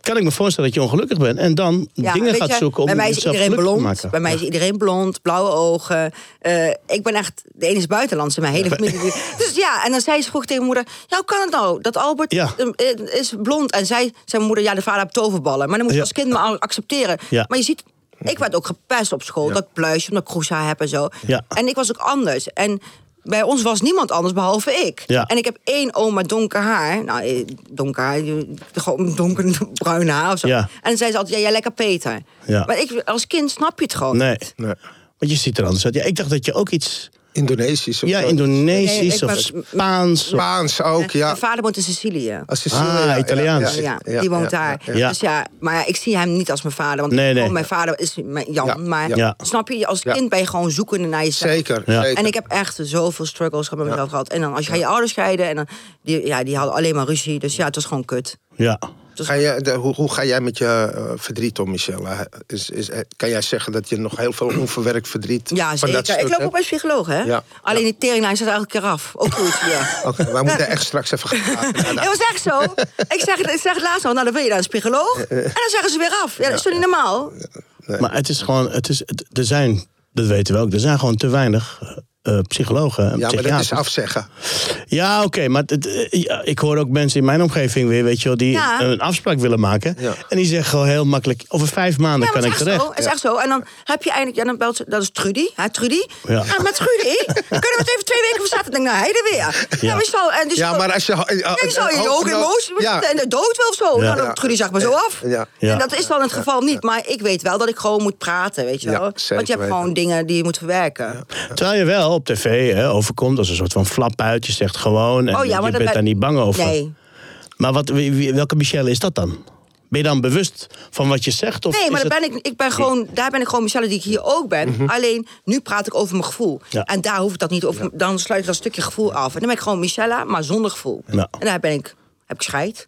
kan ik me voorstellen dat je ongelukkig bent. En dan Ja, dingen weet gaat je, zoeken om bij mij is jezelf iedereen gelukkig te blond. maken. Bij mij is iedereen blond, blauwe ogen. Eh, ik ben echt, de ene is buitenlandse, mijn hele familie. Dus ja, en dan zei ze vroeg tegen moeder, ja, hoe kan het nou dat Albert Ja. eh, eh, is blond en zij, zijn moeder, ja, de vader heeft toverballen. Maar dan moet je Ja. als kind maar al accepteren. Ja. Maar je ziet, ik werd ook gepest op school, dat ik pluisje, omdat ik kroeshaar heb en zo. Ja. En ik was ook anders. En bij ons was niemand anders behalve ik. Ja. En ik heb één oom met donker haar. Nou, eh, donker haar, je- gewoon donker bruin haar of zo. Ja. En dan zei ze altijd, ja, jij lekker Peter. Ja. Maar ik, als kind snap je het gewoon Nee, niet. Nee. want je ziet er anders uit. Ja, ik dacht dat je ook iets. Indonesisch of Ja, zo. Nee, Indonesisch ik of was- Spaans. of- Spaans ook, ja. Mijn vader woont in Sicilië. Als Sicilië, Ah, Italiaans. Ja, die woont ja, daar. ja. ja. Dus ja, maar ja, ik zie hem niet als mijn vader. Want Nee, nee. gewoon mijn vader is mijn Jan. Ja, Maar ja. snap je, als Ja. kind ben je gewoon zoekende naar jezelf. Zeker, Ja. zeker. En ik heb echt zoveel struggles met mezelf gehad. En dan als je gaat je ouders scheiden. En dan, die, ja, die hadden alleen maar ruzie. Dus ja, het was gewoon kut. Ja. Ga je, de- hoe, hoe ga jij met je eh, verdriet om, Michelle? Is, is, eh, kan jij zeggen dat je nog heel veel onverwerkt verdriet Ja, van dat zeker. stuk Ik loop hebt? ook bij een psycholoog, hè? Ja. Alleen die teringlijn staat elke keer af. Ook goed, ja. Oké, wij moeten echt straks even gaan praten. Dat was echt zo. Ik zeg, het- ik zeg het laatst al, nou dan wil je naar een psycholoog. En dan zeggen ze weer af. Ja, dat is toch niet normaal? Maar het is gewoon, het is, het- er zijn Dat weten we ook. Er zijn gewoon te weinig eh, psychologen. en Ja, maar dat is psychiaters. afzeggen. Ja, oké, maar het- eh, ja, ik hoor ook mensen in mijn omgeving weer, weet je wel, die Ja. een afspraak willen maken. Ja. En die zeggen gewoon heel makkelijk, over vijf maanden Ja, maar kan het ik is echt terecht. zo. Het is echt zo. En dan heb je eigenlijk, ja, dan belt ze, dat is Trudy. Hè, Trudy. Ja. Ja. met Trudy. Kunnen we het even twee weken verzetten? Dan denk ik, nou, hij er weer. Ja. Ja, maar, zo, en dus Ja, maar als je... eh, Nee, zou je ook emotie Ja, en de dood wil of zo? Ja. Nou, dan, Trudy zag me zo af. Ja. Ja. En dat is dan het geval niet. Maar ik weet wel dat ik gewoon moet praten, weet je Ja, wel. zeker Want je hebt weten. gewoon dingen die je moet verwerken. Terwijl je wel op tv hè, overkomt als een soort van flap uit. Je zegt gewoon en Oh ja, maar je dat bent ben- daar niet bang over. Nee. Maar wat, wie- wie- welke Michelle is dat dan? Ben je dan bewust van wat je zegt? Of Nee, maar is daar het- ben ik, ik ben gewoon, daar ben ik gewoon Michelle die ik hier ook ben. Mhm. Alleen nu praat ik over mijn gevoel. Ja. En daar hoef ik dat niet over. Dan sluit ik dat stukje gevoel af. En dan ben ik gewoon Michelle, maar zonder gevoel. Ja. En daar ben ik, heb ik scheid.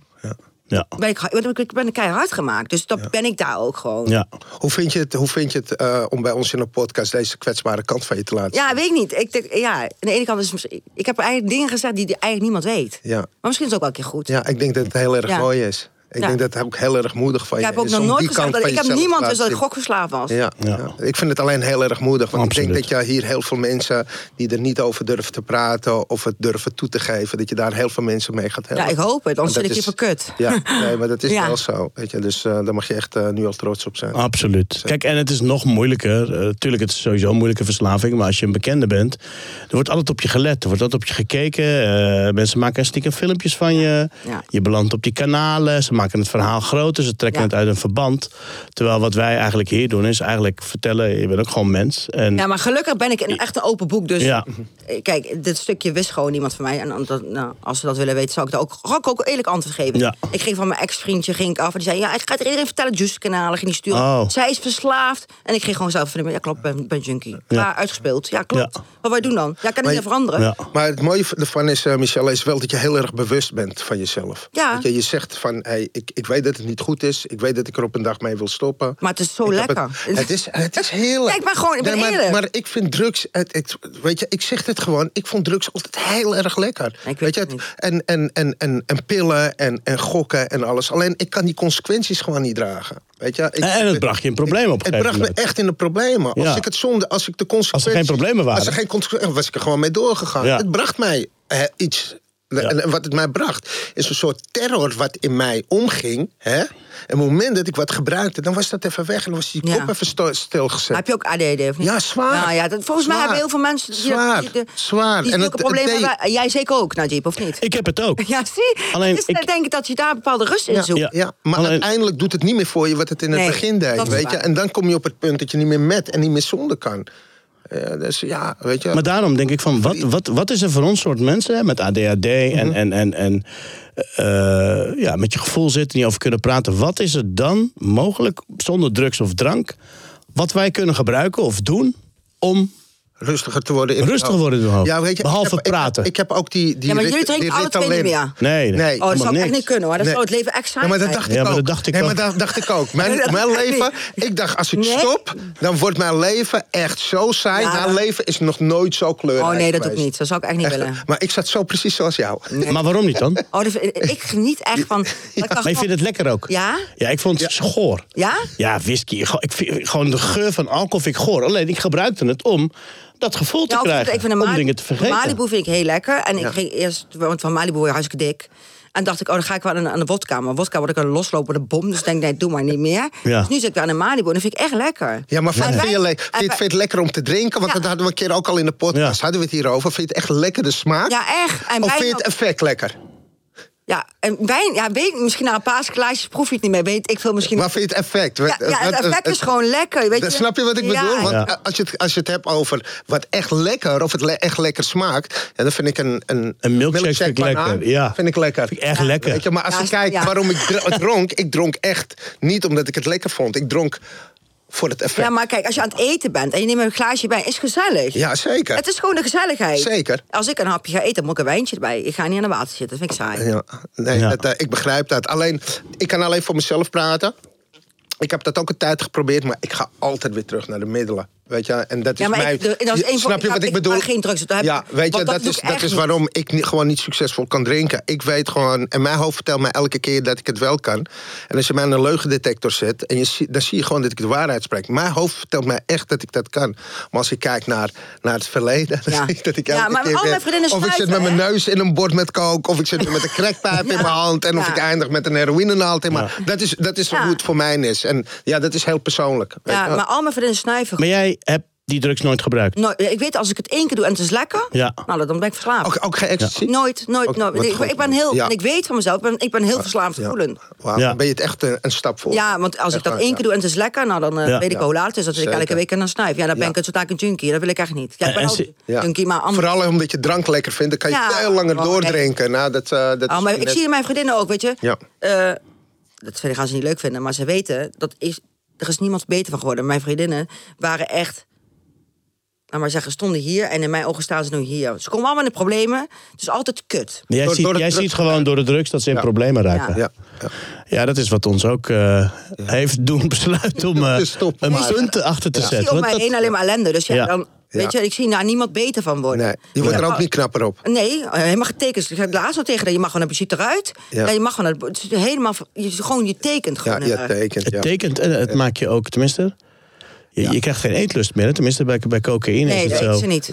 Ja. Ben ik, ben ik ben ik keihard gemaakt. Dus dat ben ik daar ook gewoon. ja. Hoe vind je het, hoe vind je het eh, om bij ons in een podcast deze kwetsbare kant van je te laten Ja, weet ik niet. Ik denk, ja, aan de ene kant is misschien- ik heb eigenlijk dingen gezegd die eigenlijk niemand weet. Ja. Maar misschien is het ook wel een keer goed. Ja, ik denk dat het heel erg Ja. mooi is. Ik Ja. denk dat het ook heel erg moedig van ik je heb ook is nog om nooit die gezegd kant dat van ik heb jezelf te niemand dus laten dat ik zien. gokverslaafd was. Ja, Ja. ja. ik vind het alleen heel erg moedig. Want ik Absoluut. denk dat je hier heel veel mensen die er niet over durven te praten of het durven toe te geven, dat je daar heel veel mensen mee gaat helpen. Ja, ik hoop het, anders Want zit ik dat hier voor kut. Ja, nee, maar dat is Ja. wel zo. Weet je, dus eh, daar mag je echt eh, nu al trots op zijn. Absoluut. Kijk, en het is nog moeilijker. Eh, tuurlijk, het is sowieso een moeilijke verslaving. Maar als je een bekende bent, er wordt altijd op je gelet. Er wordt altijd op je gekeken. Eh, mensen maken er stiekem filmpjes van je. Ja. Je belandt op die kanalen. Ze maken het verhaal groter. Ze trekken Ja. het uit een verband. Terwijl wat wij eigenlijk hier doen, is eigenlijk vertellen... je bent ook gewoon mens. En Ja, maar gelukkig ben ik een, echt een open boek. Dus Hm. Ja. eh, kijk, dit stukje wist gewoon niemand van mij. En dan- dat, nou, als ze dat willen weten, zou ik daar ook, ga ik ook een eerlijk antwoord geven. Ja. Ik ging van mijn ex-vriendje ging ik af en die zei: Ja, ik ga het iedereen vertellen. Juice-kanalen ging die sturen. Oh. Zij is verslaafd. En ik ging gewoon zelf van: Ja, klopt, ik ben, ben junkie. Ja, uitgespeeld. Ja, klopt. Ja. Wat wij doen dan? Ja, kan ik Maar niet je- veranderen. Ja. Maar het mooie ervan is, eh, Michelle, is wel dat je heel erg bewust bent van jezelf. Ja. Dat je, je zegt van, hey, ik, ik weet dat het niet goed is. Ik weet dat ik er op een dag mee wil stoppen. Maar het is zo Ik heb lekker. Het, het, is, het is heerlijk. Ja, ik ben gewoon- ik ben maar, eerlijk. Maar ik vind drugs, het, het- weet je, ik zeg het gewoon. Ik vond drugs altijd heel erg lekker. weet je, het het- niet. en, en, en, en, en pillen en, en gokken en alles. Alleen, ik kan die consequenties gewoon niet dragen. Weet je, ik- En het bracht je in problemen op een het gegeven bracht me moment. echt in de problemen. Als Ja. ik het zonde, als ik de consequenties... problemen waren. Als er geen consequenties... was ik er gewoon mee doorgegaan. Ja. Het bracht mij eh, iets. En, en wat het mij bracht, is een soort terror wat in mij omging. Hè? En het moment dat ik wat gebruikte, dan was dat even weg. En dan was die Ja. kop even sto- stilgezet. Maar Heb je ook ADD of niet? Ja, zwaar. Nou ja, dat, volgens mij Zwaar. hebben heel veel mensen... die- Zwaar. Die, die- Zwaar. Die En zulke het- problemen het deed- hebben. jij zeker ook, Najib, of niet? Ik heb het ook. Ja, zie. Alleen, dus ik- ik denk ik dat je daar bepaalde rust in Ja, zoekt. ja. maar Alleen- uiteindelijk doet het niet meer voor je wat het in het Nee, begin deed. dat is Weet waar. je? En dan kom je op het punt dat je niet meer met en niet meer zonder kan. Eh, dus ja, weet je. Maar daarom denk ik van, wat, wat, wat is er voor ons soort mensen hè, met ADHD en, Mhm. en, en, en eh, ja, met je gevoel zitten, niet over kunnen praten. Wat is er dan mogelijk, zonder drugs of drank, wat wij kunnen gebruiken of doen om... rustiger te worden. In Rustiger worden in het hoofd. Behalve ik heb, praten. Ik, ik heb ook die. die Ja, maar Rit- jullie drinken die alle twee niet Ritalin. meer. Nee, Nee. Oh, dat helemaal zou ik echt niks. niet kunnen hoor. Dat Nee. zou het leven echt saai Ja, maar dat zijn. dacht Ja, ik maar ook. dat dacht ik nee, ook. maar dat dacht ik ook. Mijn, Nee, dat mijn dacht ik leven, niet. ik dacht als ik Nee. stop, dan wordt mijn leven echt zo saai. Ja, mijn dat- leven is nog nooit zo kleurrijk Oh nee, dat ook geweest. niet. Dat zou ik echt niet Echt, eh, willen. Maar ik zat zo precies zoals jou. Maar waarom niet dan? Oh, dat- ik geniet echt van... dat ik dacht Maar je van- vindt het lekker ook? Ja? Ja, ik vond het schoor. Ja? Ja, whisky. Go- Ik vind, gewoon de geur van alcohol vind ik goor. Alleen ik gebruikte het om dat gevoel te Ja, of krijgen. ik vind de om Mali- dingen te vergeten. Malibu vind ik heel lekker. En ik ging eerst, want van Malibu word je hartstikke dik. En dacht ik, oh, dan ga ik wel aan de- aan de wodka. Maar wodka word ik een loslopende bom. Dus ik denk, nee, doe maar niet meer. Ja. Dus nu zit ik weer aan de Malibu. En dat vind ik echt lekker. Ja, maar En vind, wij- je, le- en vind, je- wij- vind je het lekker om te drinken? Want Ja. dat hadden we een keer ook al in de podcast. Ja. Hadden we het hierover. Vind je het echt lekker de smaak? Ja, echt. En of wij vind je het ook. effect lekker? Ja, en wijn, ja, weet, ik, misschien na een paar glaasjes proef je het niet meer. Weet ik veel misschien. Maar vind je het effect? ja, ja, het effect is gewoon lekker. Weet Dan snap je wat ik Ja, bedoel? Want Ja. eh, als, je het, als je het hebt over wat echt lekker, of het le- echt lekker smaakt, ja, dan vind ik een, een, Een milkshake vind ik banaan, lekker, ja. Vind ik lekker. Vind ik echt lekker. Weet je, maar als Ja, je is- kijkt ja. waarom ik dr- dronk, ik dronk echt niet omdat ik het lekker vond. Ik dronk voor het effect. Ja, maar kijk, als je aan het eten bent en je neemt een glaasje bij, is gezellig. Ja, zeker. Het is gewoon de gezelligheid. Zeker. Als ik een hapje ga eten, moet ik een wijntje erbij. Ik ga niet aan de water zitten, dat vind ik saai. Ja, nee, Ja. dat, eh, ik begrijp dat. Alleen, ik kan alleen voor mezelf praten. Ik heb dat ook een tijd geprobeerd, maar ik ga altijd weer terug naar de middelen. Weet je, en dat is Ja, maar mij. ik- dat is één voor- snap je ja, wat ik ik bedoel? maak geen drugs, dat heb- ja, weet je, want dat dat, doe is, ik dat echt is niet. waarom ik niet, gewoon niet succesvol kan drinken. Ik weet gewoon, en mijn hoofd vertelt mij elke keer dat ik het wel kan. En als je mij in een leugendetector zet, en je, zie- dan zie je gewoon dat ik de waarheid spreek. Mijn hoofd vertelt mij echt dat ik dat kan. Maar als ik kijk naar, naar het verleden, dan Ja. zie ik dat ik Ja, elke maar keer al mijn weer- vriendinnen Of ik zit met snuiven, mijn hè? neus in een bord met kook, of ik zit met een crackpijp in mijn hand... en of Ja. ik eindig met een heroïnenaald in mijn Dat is, dat is Ja. hoe het voor mij is. En ja, dat is heel persoonlijk. weet Ja, je wel. maar al mijn vrienden snuiven. Maar jij hebt die drugs nooit gebruikt. Nou, ik weet, als ik het één keer doe en het is lekker, Ja. nou, dan ben ik verslaafd. Ook, ook geen ecstasy? Nooit, nooit, Ook- nooit. wat Ik, goed, ik ben man. heel, Ja. en ik weet van mezelf, ik ben, ik ben heel verslaafd Ja. voelen. Wauw, Ja. dan ben je het echt eh, een, een stap voor. Ja, want als Echt ik dat waar, één ja. keer doe en het is lekker, nou dan eh, Ja. weet ik Ja. hoe laat het is. Dat ik Zeker. elke week aan snuif. Ja, dan ben Ja. ik een soort een junkie. Dat wil ik echt niet. Ja, ik En- ben en ook ze- Ja. junkie, maar allemaal. Vooral omdat je drank lekker vindt, dan kan je Ja, veel langer wel, doordrinken. Nou, dat, eh, dat Ah, is maar ik net- zie mijn vriendinnen ook, weet je. Ja. Eh, dat vinden- gaan ze niet leuk vinden, maar ze weten dat is, er is niemand beter van geworden. Mijn vriendinnen waren echt, nou maar zeggen, stonden hier en in mijn ogen staan ze nu hier. Ze komen allemaal in de problemen. Het is altijd kut. Jij, Door- ziet, door de jij drugs- ziet gewoon door de drugs dat ze in problemen raken. Ja. Ja, ja. dat is wat ons ook eh, heeft doen besluiten om eh, Te stoppen. een Maar- punt achter te Ik zie zetten. om Want mij dat- heen alleen maar ellende. Dus ja, Ja. dan, weet Ja. je, ik zie daar niemand beter van worden. Nee, je wordt Ja. Oh. er ook niet knapper op. Nee, eh, helemaal getekend. Ik heb laatst al tegen dat je mag gewoon een principe eruit. Ja. Ja. je mag gewoon, het is helemaal, je, gewoon je tekent Ja, gewoon. je eh, tekent. Het Ja. tekent, en het maakt je ook, tenminste... Je, je krijgt geen eetlust meer. hè? Tenminste, bij, bij cocaïne is Nee, het dat zo. is ze niet.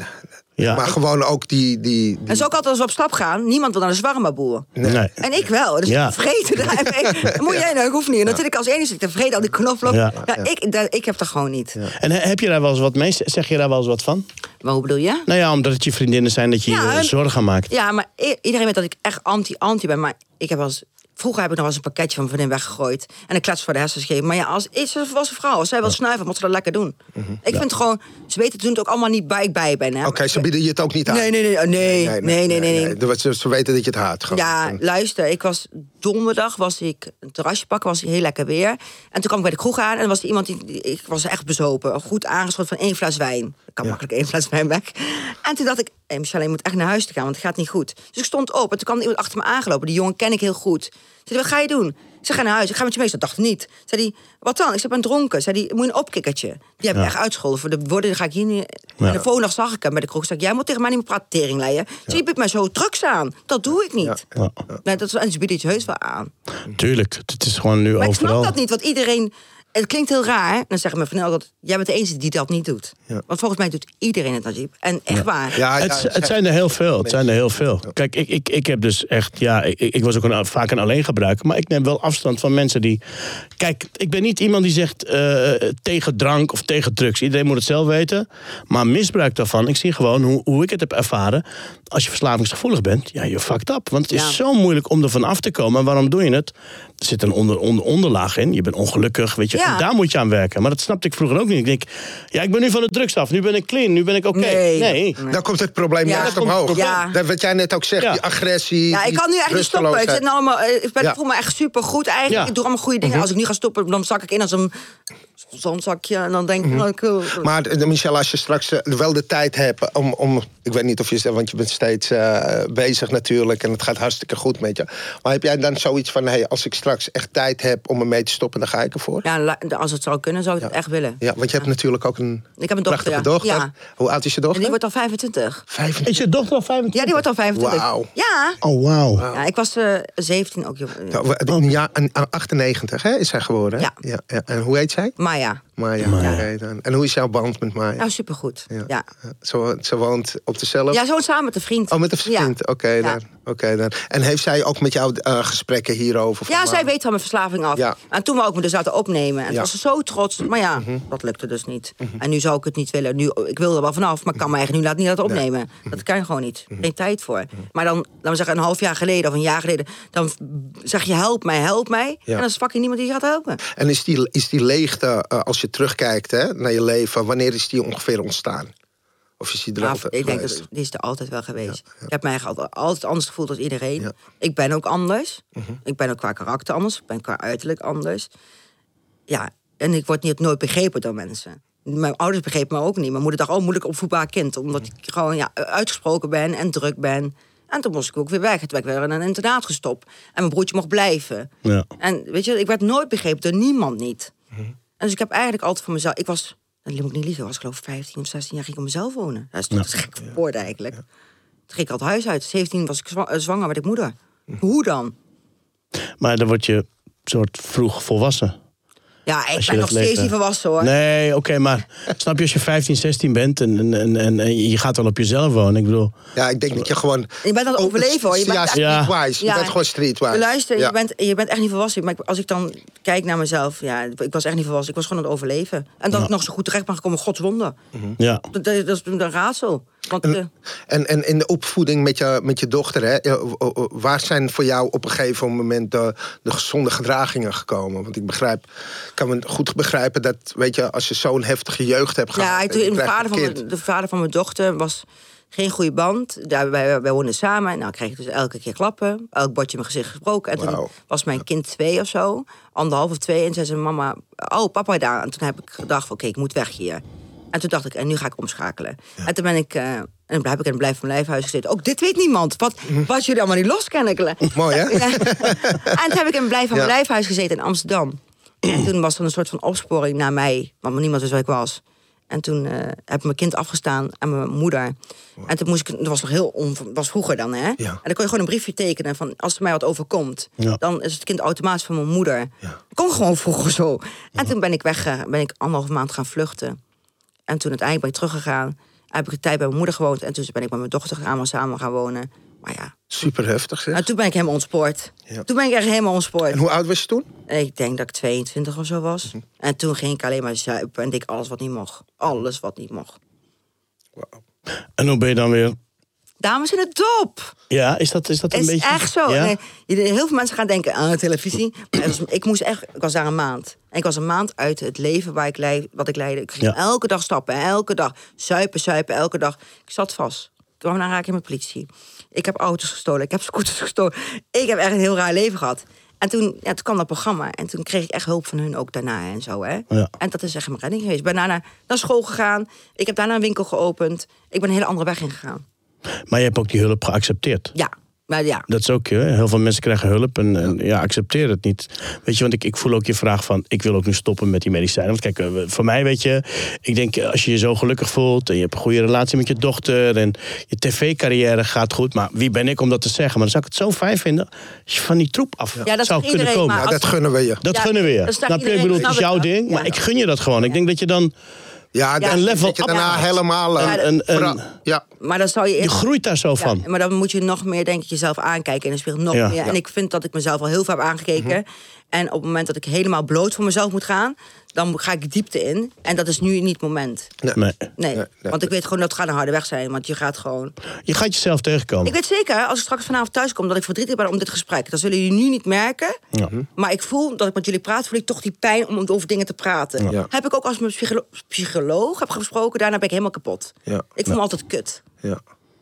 Ja. Maar gewoon ook die... die, die- En zo ook altijd als we op stap gaan. Niemand wil naar de zwarma-boer. nee. En ik wel. Dus Ja. ik vergeet het daarmee. Moet jij nou, ik hoef niet. En dan zit ik als enige te vergeten al die knoflook. Ja. Ja. ik, dat, ik heb dat gewoon niet. En he- heb je daar wel eens wat mee? Zeg je daar wel eens wat van? Maar hoe bedoel je? Nou ja, omdat het je vriendinnen zijn dat je je Ja, eh, en- zorgen maakt. Ja, maar i- iedereen weet dat ik echt anti-anti ben. Maar ik heb wel eens... Vroeger heb ik nog wel eens een pakketje van mijn vriendin weggegooid. En een klets voor de hersens gegeven. Maar ja, als, is ze was een vrouw. Als zij wil snuiven, moet ze dat lekker doen. Mhm. Ik vind het gewoon... Ze weten toen het ook allemaal niet bij ik bij ben. hè. Oké, ze bieden je het ook niet aan. Nee, nee, nee, nee, nee, nee, nee, nee. Want Ze, ze weten dat je het haat. gewoon. Ja, luister, ik was donderdag was ik een terrasje pakken, was heel lekker weer. En toen kwam ik bij de kroeg aan en er was er iemand die, die- ik was echt bezopen, goed aangeschoten van één fles wijn. Ik kan makkelijk één fles wijn weg. En toen dacht ik, hey, Michelle, je moet echt naar huis te gaan, want het gaat niet goed. Dus ik stond op en toen kwam iemand achter me aangelopen. Die jongen ken ik heel goed. Zei, wat ga je doen? Ik zeg, ga naar huis. Ik ga met je mee. Dat dacht ik niet. Zei die, wat dan? Ik zei, ik ben dronken. Zei die, moet je een opkikkertje? Die heb ik echt uitscholden. Voor de woorden ga ik hier niet... Ja. En de volgende dag zag ik hem bij de kroeg. Zei ik, jij moet tegen mij niet meer praten, teringleier. Zei, je biedt mij zo drugs aan. Dat doe ik niet. Ja. Nee, Nou, dat is, en ze bieden het heus wel aan. Maar Tuurlijk, het is gewoon nu ik overal. snap dat niet, want iedereen... Het klinkt heel raar, hè? dan zeggen mijn vrienden altijd... jij bent de enige die dat niet doet. Want volgens mij doet iedereen het, Najib. En echt waar. Ja, ja, Het, het zijn er heel veel. Het zijn er heel veel. Kijk, ik, ik, ik heb dus echt. Ja, ik, ik was ook een, vaak een alleen gebruiker. Maar ik neem wel afstand van mensen die. Kijk, ik ben niet iemand die zegt eh, tegen drank of tegen drugs. Iedereen moet het zelf weten. Maar misbruik daarvan. Ik zie gewoon hoe, hoe ik het heb ervaren. Als je verslavingsgevoelig bent, ja, je fucked up. Want het is Ja. zo moeilijk om ervan af te komen. En waarom doe je het? Er zit een onder, onder, onderlaag in. Je bent ongelukkig. Weet je, Ja. en daar moet je aan werken. Maar dat snapte ik vroeger ook niet. Ik denk, ja, ik ben nu van de drugs af. Nu ben ik clean. Nu ben ik oké. Nee. nee. Dan komt het probleem Ja, juist dan komt het omhoog. probleem. Ja. Dat wat jij net ook zegt, Ja. die agressie. Ja, ik die kan nu echt niet stoppen. Ik, rusteloosheid. zit nou allemaal, eh, ik ben, Ja. voel me echt super goed eigenlijk. Ja. Ik doe allemaal goede Mhm. dingen. Als ik nu ga stoppen, dan zak ik in als een zonzakje. En dan denk ik, oh, cool. Mhm. Maar eh, Michelle, als je straks eh, wel de tijd hebt om, om... Ik weet niet of je... Want je bent steeds eh, bezig natuurlijk en het gaat hartstikke goed met je. Maar heb jij dan zoiets van... Hey, als ik straks echt tijd heb om ermee te stoppen, dan ga ik ervoor? Ja, la- als het zou kunnen, zou ik het echt willen. Ja, want je hebt natuurlijk ook een, Ik heb een dochter, prachtige ja. dochter. Ja. Hoe oud is je En die dochter? wordt al 25. 25. Is je dochter al 25? Ja, die wordt al 25. Wauw. Ja. Oh, wauw. ja. Ik was eh 17 ook. joh. Nou, Ja, we- een jaar- een- een 98 hè, is zij geworden. hè? Ja. Ja, ja. En hoe heet zij? Maar ja, Maya. oké, dan. En hoe is jouw band met Maya? nou, supergoed. ja. Ze, ze woont op dezelfde... Ja, zo samen met een vriend. Oh, met een vriend. Ja. Oké, dan. Oké, dan. En heeft zij ook met jou eh, gesprekken hierover? Ja, Van, zij maar- weet van mijn verslaving af. Ja. En toen we ook me dus laten opnemen. En toen Ja. Mhm. was ze zo trots. Maar ja, dat lukte dus niet. En nu zou ik het niet willen. Nu, ik wil er wel vanaf, maar ik kan me eigenlijk nu laten, niet laten opnemen. Mhm. Dat kan je gewoon niet. Geen tijd voor. Maar dan, laten we zeggen, een half jaar geleden of een jaar geleden... dan zeg je, help mij, help mij. En dan is fucking niemand die je gaat helpen. En is die, is die leegte, eh, als je terugkijkt hè, naar je leven... wanneer is die ongeveer ontstaan? Of is die er Ja, altijd Nou, ik denk geweest? dat die is er altijd wel geweest. Ik heb mij altijd, altijd anders gevoeld dan iedereen. Ik ben ook anders. Ik ben ook qua karakter anders. Ik ben qua uiterlijk anders. Ja, en ik word niet, nooit begrepen door mensen. Mijn ouders begrepen me ook niet. Mijn moeder dacht, oh, moet ik opvoedbaar kind? Omdat ik gewoon ja, uitgesproken ben en druk ben. En toen moest ik ook weer weg. Toen werd ik weer in een internaat gestopt. En mijn broertje mocht blijven. Ja. En weet je, ik werd nooit begrepen door niemand niet. En dus ik heb eigenlijk altijd voor mezelf... Ik was Dat moet ik niet liegen. Ik was geloof ik 15 of 16 jaar ging ik op mezelf wonen. Dat is toch een gek woord eigenlijk. Toen ging ik al het huis uit. 17 was ik zwa- eh, zwanger met ik moeder. Hoe dan? Maar dan word je soort vroeg volwassen. Ja, ik Als je ben nog dat steeds leeft, niet hè? volwassen hoor. Nee, oké, maar snap je als je 15, 16 bent en, en, en, en, en je gaat wel op jezelf wonen? Ik bedoel, Ja, ik denk dat je gewoon... Je bent aan het Oh, overleven hoor. Je ja, bent echt- streetwise. Ja. Je bent gewoon streetwise. Luister, Ja. je, bent, je bent echt niet volwassen. Maar ik- als ik dan kijk naar mezelf, ja, ik was echt niet volwassen. Ik was gewoon aan het overleven. En dat ik nog zo goed terecht mag komen, godswonder. ja. Dat, dat, dat is een raadsel. Want, eh, En, en in de opvoeding met je, met je dochter, hè, eh, o- o- waar zijn voor jou op een gegeven moment de, de gezonde gedragingen gekomen? Want ik begrijp, ik kan me goed begrijpen dat, weet je, als je zo'n heftige jeugd hebt gehad. ja, ik, en je de, krijgt vader van een mijn, kind. de vader van mijn dochter was geen goede band. Daar, wij, wij woonden samen. Nou, kreeg ik dus elke keer klappen. Elk bordje in mijn gezicht gesproken. En toen Wauw. was mijn kind twee of zo. Anderhalf of twee. En zei ze, mama, oh, papa daar. En toen heb ik gedacht, van, oké, ik moet weg hier. En toen dacht ik, en nu ga ik omschakelen. En toen ben ik... eh, en heb ik in het blijf van lijfhuis gezeten. Ook dit weet niemand. Wat, wat jullie allemaal niet los kennen. Mooi, hè? Ja. en toen heb ik in een blijf van mijn Ja. lijfhuis gezeten in Amsterdam. En toen was er een soort van opsporing naar mij, want niemand wist waar ik was. En toen eh, heb ik mijn kind afgestaan aan mijn moeder. En toen moest ik, dat was nog heel on, was vroeger dan, hè? En dan kon je gewoon een briefje tekenen van als er mij wat overkomt, Ja. dan is het kind automatisch van mijn moeder. Kon gewoon vroeger zo. En toen ben ik weg, eh, ben ik anderhalf maand gaan vluchten. En toen uiteindelijk ben ik teruggegaan. Heb ik een tijd bij mijn moeder gewoond. En toen ben ik met mijn dochter allemaal samen gaan wonen. Maar ja, Super heftig, zeg. en Nou, toen ben ik helemaal ontspoord. Toen ben ik echt helemaal ontspoord. Dus- En hoe Mhm. oud was je toen? Ik denk dat ik 22 of zo was. En toen ging ik alleen maar zuipen en deed ik alles wat niet mocht. Alles wat niet mocht. En hoe ben je dan weer... Dames in het dop! Ja, is dat, is dat een Het is beetje... echt zo. Ja? Nee, je- heel veel mensen gaan denken aan de televisie. Maar het was- ik, moest echt, ik was daar een maand. En ik was een maand uit het leven waar ik leid, wat ik leidde. Ik ging Ja. elke dag stappen, elke dag zuipen, zuipen, elke dag. Ik zat vast. Ik kwam naar raken met politie. Ik heb auto's gestolen, ik heb scooters gestolen. Ik heb echt een heel raar leven gehad. En toen, ja, toen kwam dat programma. En toen kreeg ik echt hulp van hun ook daarna en zo. Hè? Ja. En dat is echt mijn redding geweest. Ik ben daarna naar school gegaan. Ik heb daarna een winkel geopend. Ik ben een hele andere weg ingegaan. Maar je hebt ook die hulp geaccepteerd. Ja, maar ja. Dat is ook je. Heel veel mensen krijgen hulp en, en ja, accepteer het niet. Weet je, want ik, ik voel ook je vraag van... ik wil ook nu stoppen met die medicijnen. Want kijk, eh, we- voor mij weet je... ik denk eh, als je je zo gelukkig voelt... en je hebt een goede relatie met je dochter... en je tv-carrière gaat goed... maar wie ben ik om dat te zeggen? Maar dan zou ik het zo fijn vinden... als je van die troep af Ja, dat zou zegt kunnen iedereen, komen. maar Ja, als- dat gunnen we je. Dat Ja, gunnen we je. dat staat Snap je? iedereen, ik bedoel, het is snap ik jouw wel. ding, maar Ja. ik gun je dat gewoon. Ik denk dat je dan... Ja, dat- level dat je daarna up. helemaal... eh, Een- een- vera- een- ja. Maar dan zou je Je groeit daar zo van. Ja, maar dan moet je nog meer, denk ik, jezelf aankijken. En dan speelt nog Ja. meer. En Ja. ik vind dat ik mezelf al heel veel heb aangekeken. En op het moment dat ik helemaal bloot voor mezelf moet gaan, dan ga ik diepte in. En dat is nu niet het moment. Nee. Nee, Nee, nee. want ik weet gewoon dat het gaat een harde weg zijn. Want je gaat gewoon. Je gaat jezelf tegenkomen. Ik weet zeker, als ik straks vanavond thuis kom, dat ik verdrietig ben om dit gesprek. Dat zullen jullie nu niet merken. Maar ik voel dat ik met jullie praat, voel ik toch die pijn om over dingen te praten. Ja. Heb ik ook als mijn psycholo- psycholoog heb gesproken, daarna ben ik helemaal kapot. Ja. Ik voel me altijd kut. Ja.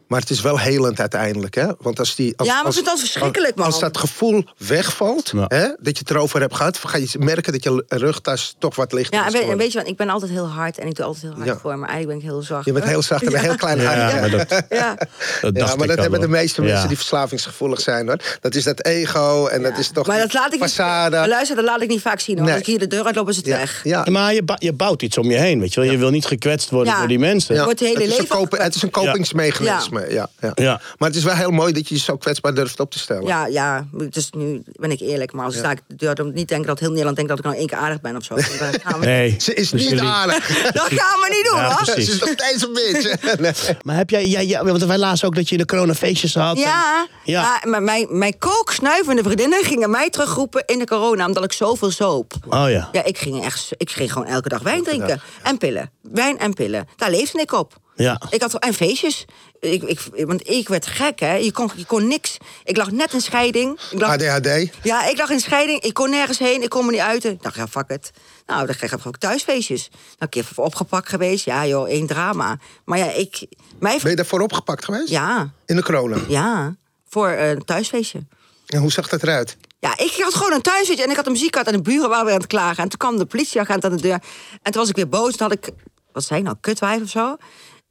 Maar het is wel helend uiteindelijk, hè? Want als die, als, Ja, maar ik als, vind dat verschrikkelijk, als- Als man. dat gevoel wegvalt, Ja. hè, dat je het erover hebt gehad... ga je merken dat je rugtas toch wat lichter Ja, en is weet, en geworden. weet je wat, ik ben altijd heel hard en ik doe altijd heel hard Ja. voor, maar eigenlijk ben ik heel zacht. Je bent heel zacht en een heel klein Ja, hartje. maar dat, dat Ja. dacht Ja, maar ik dat al hebben de wel. meeste mensen Ja. die verslavingsgevoelig zijn, hoor. Dat is dat ego en dat is toch maar die dat laat ik niet, façade. luister, dat laat ik niet vaak zien hoor. Nee. Als ik hier de deur uitloop is het ja, weg. ja. Maar je, bou- je bouwt iets om je heen, weet je wel. Je wil niet gekwetst worden Ja. door die mensen. Ja, Wordt het hele het, is een leven kopen- het is een kopingsmechanisme. Ja. Ja, Ja. Maar het is wel heel mooi dat je je zo kwetsbaar durft op te stellen. Ja, ja, dus nu ben ik eerlijk, maar als ik sta ik de deur, dan niet denken dat heel Nederland denkt dat ik nou één keer aardig ben of zo. Dan gaan we, Nee. Ze is dus niet jullie- aardig. Dat gaan we niet doen Ja, hoor. Ze precies. is nog steeds een beetje. Nee. Maar heb jij, jij, jij- want wij lazen ook dat je in de coronafeestjes had. Ja, En- ja. maar mijn, mijn, mijn kooksnuivende vriendinnen gingen mij terugroepen in de corona omdat ik zoveel zoop. Oh ja. Ja, ik ging, echt, ik ging gewoon elke dag wijn drinken. En pillen. Wijn en pillen. Daar leefde ik op. Ja. Ik had, en feestjes. Ik, ik, want ik werd gek, hè. Je kon, je kon niks. Ik lag net in scheiding. Ik Ah, lag, ADHD. ja, ik lag in scheiding. Ik kon nergens heen. Ik kon me niet uiten. Ik dacht, ja, fuck het. Nou, dan kreeg ik ook thuisfeestjes. Nou, een keer voor opgepakt geweest. Ja, joh, één drama. Maar ja, ik... Mijn Ben vri- je daarvoor opgepakt geweest? Ja, In de corona. ja. Voor eh, een thuisfeestje. En hoe zag dat eruit? Ja, ik had gewoon een thuisfeestje en ik had een muziekkaart en de buren waren weer aan het klagen. En toen kwam de politieagent aan de deur. En toen was ik weer boos. Toen had ik, wat zei ik nou, kutwijf of zo.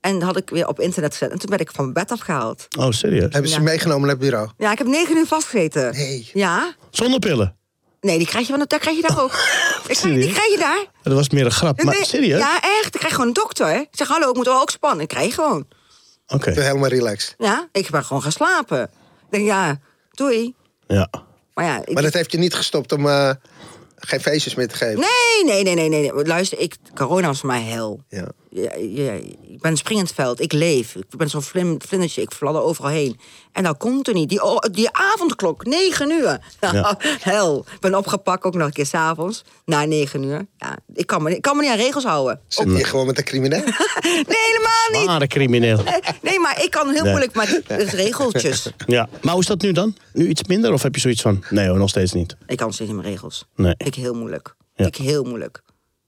En dat had ik weer op internet gezet. En toen werd ik van mijn bed afgehaald. Oh, serieus? Hebben ze Ja. meegenomen naar het bureau? Ja, ik heb negen uur vastgezeten. Nee. Ja, Zonder pillen? Nee, die krijg je, want daar krijg je daar ook. Ik zeg, die Serieus? krijg je daar. Dat was meer een grap. Maar Nee, serieus? Ja, echt. Ik krijg gewoon een dokter. Ik zeg, hallo, ik moet wel ook spannen. Ik krijg gewoon. Oké. Ik ben helemaal relaxed. Ja, ik ben gewoon gaan slapen. Ik denk, ja, doei. Ja. Maar ja, ik- Maar dat heeft je niet gestopt om eh, geen feestjes meer te geven. nee, nee, nee, nee, nee, nee. Luister, ik, corona was voor mij hel. Ja. Ja, ja, ik ben een springend veld, ik leef. Ik ben zo'n vlim- vlindertje, ik fladder overal heen. En dat komt er niet. Die, o- die avondklok, negen uur. Ja. Hel. Ik ben opgepakt ook nog een keer s'avonds, na negen uur. Ja, ik, kan me, ik kan me niet aan regels houden. Zit je gewoon met een crimineel? Nee, helemaal niet. Ware crimineel. Nee, maar ik kan heel Nee. moeilijk met met regeltjes. Ja. Maar hoe is dat nu dan? Nu iets minder? Of heb je zoiets van, nee hoor, nog steeds niet. Ik kan steeds niet mijn regels. Nee. Ik heel moeilijk. Ja. Ik heel moeilijk.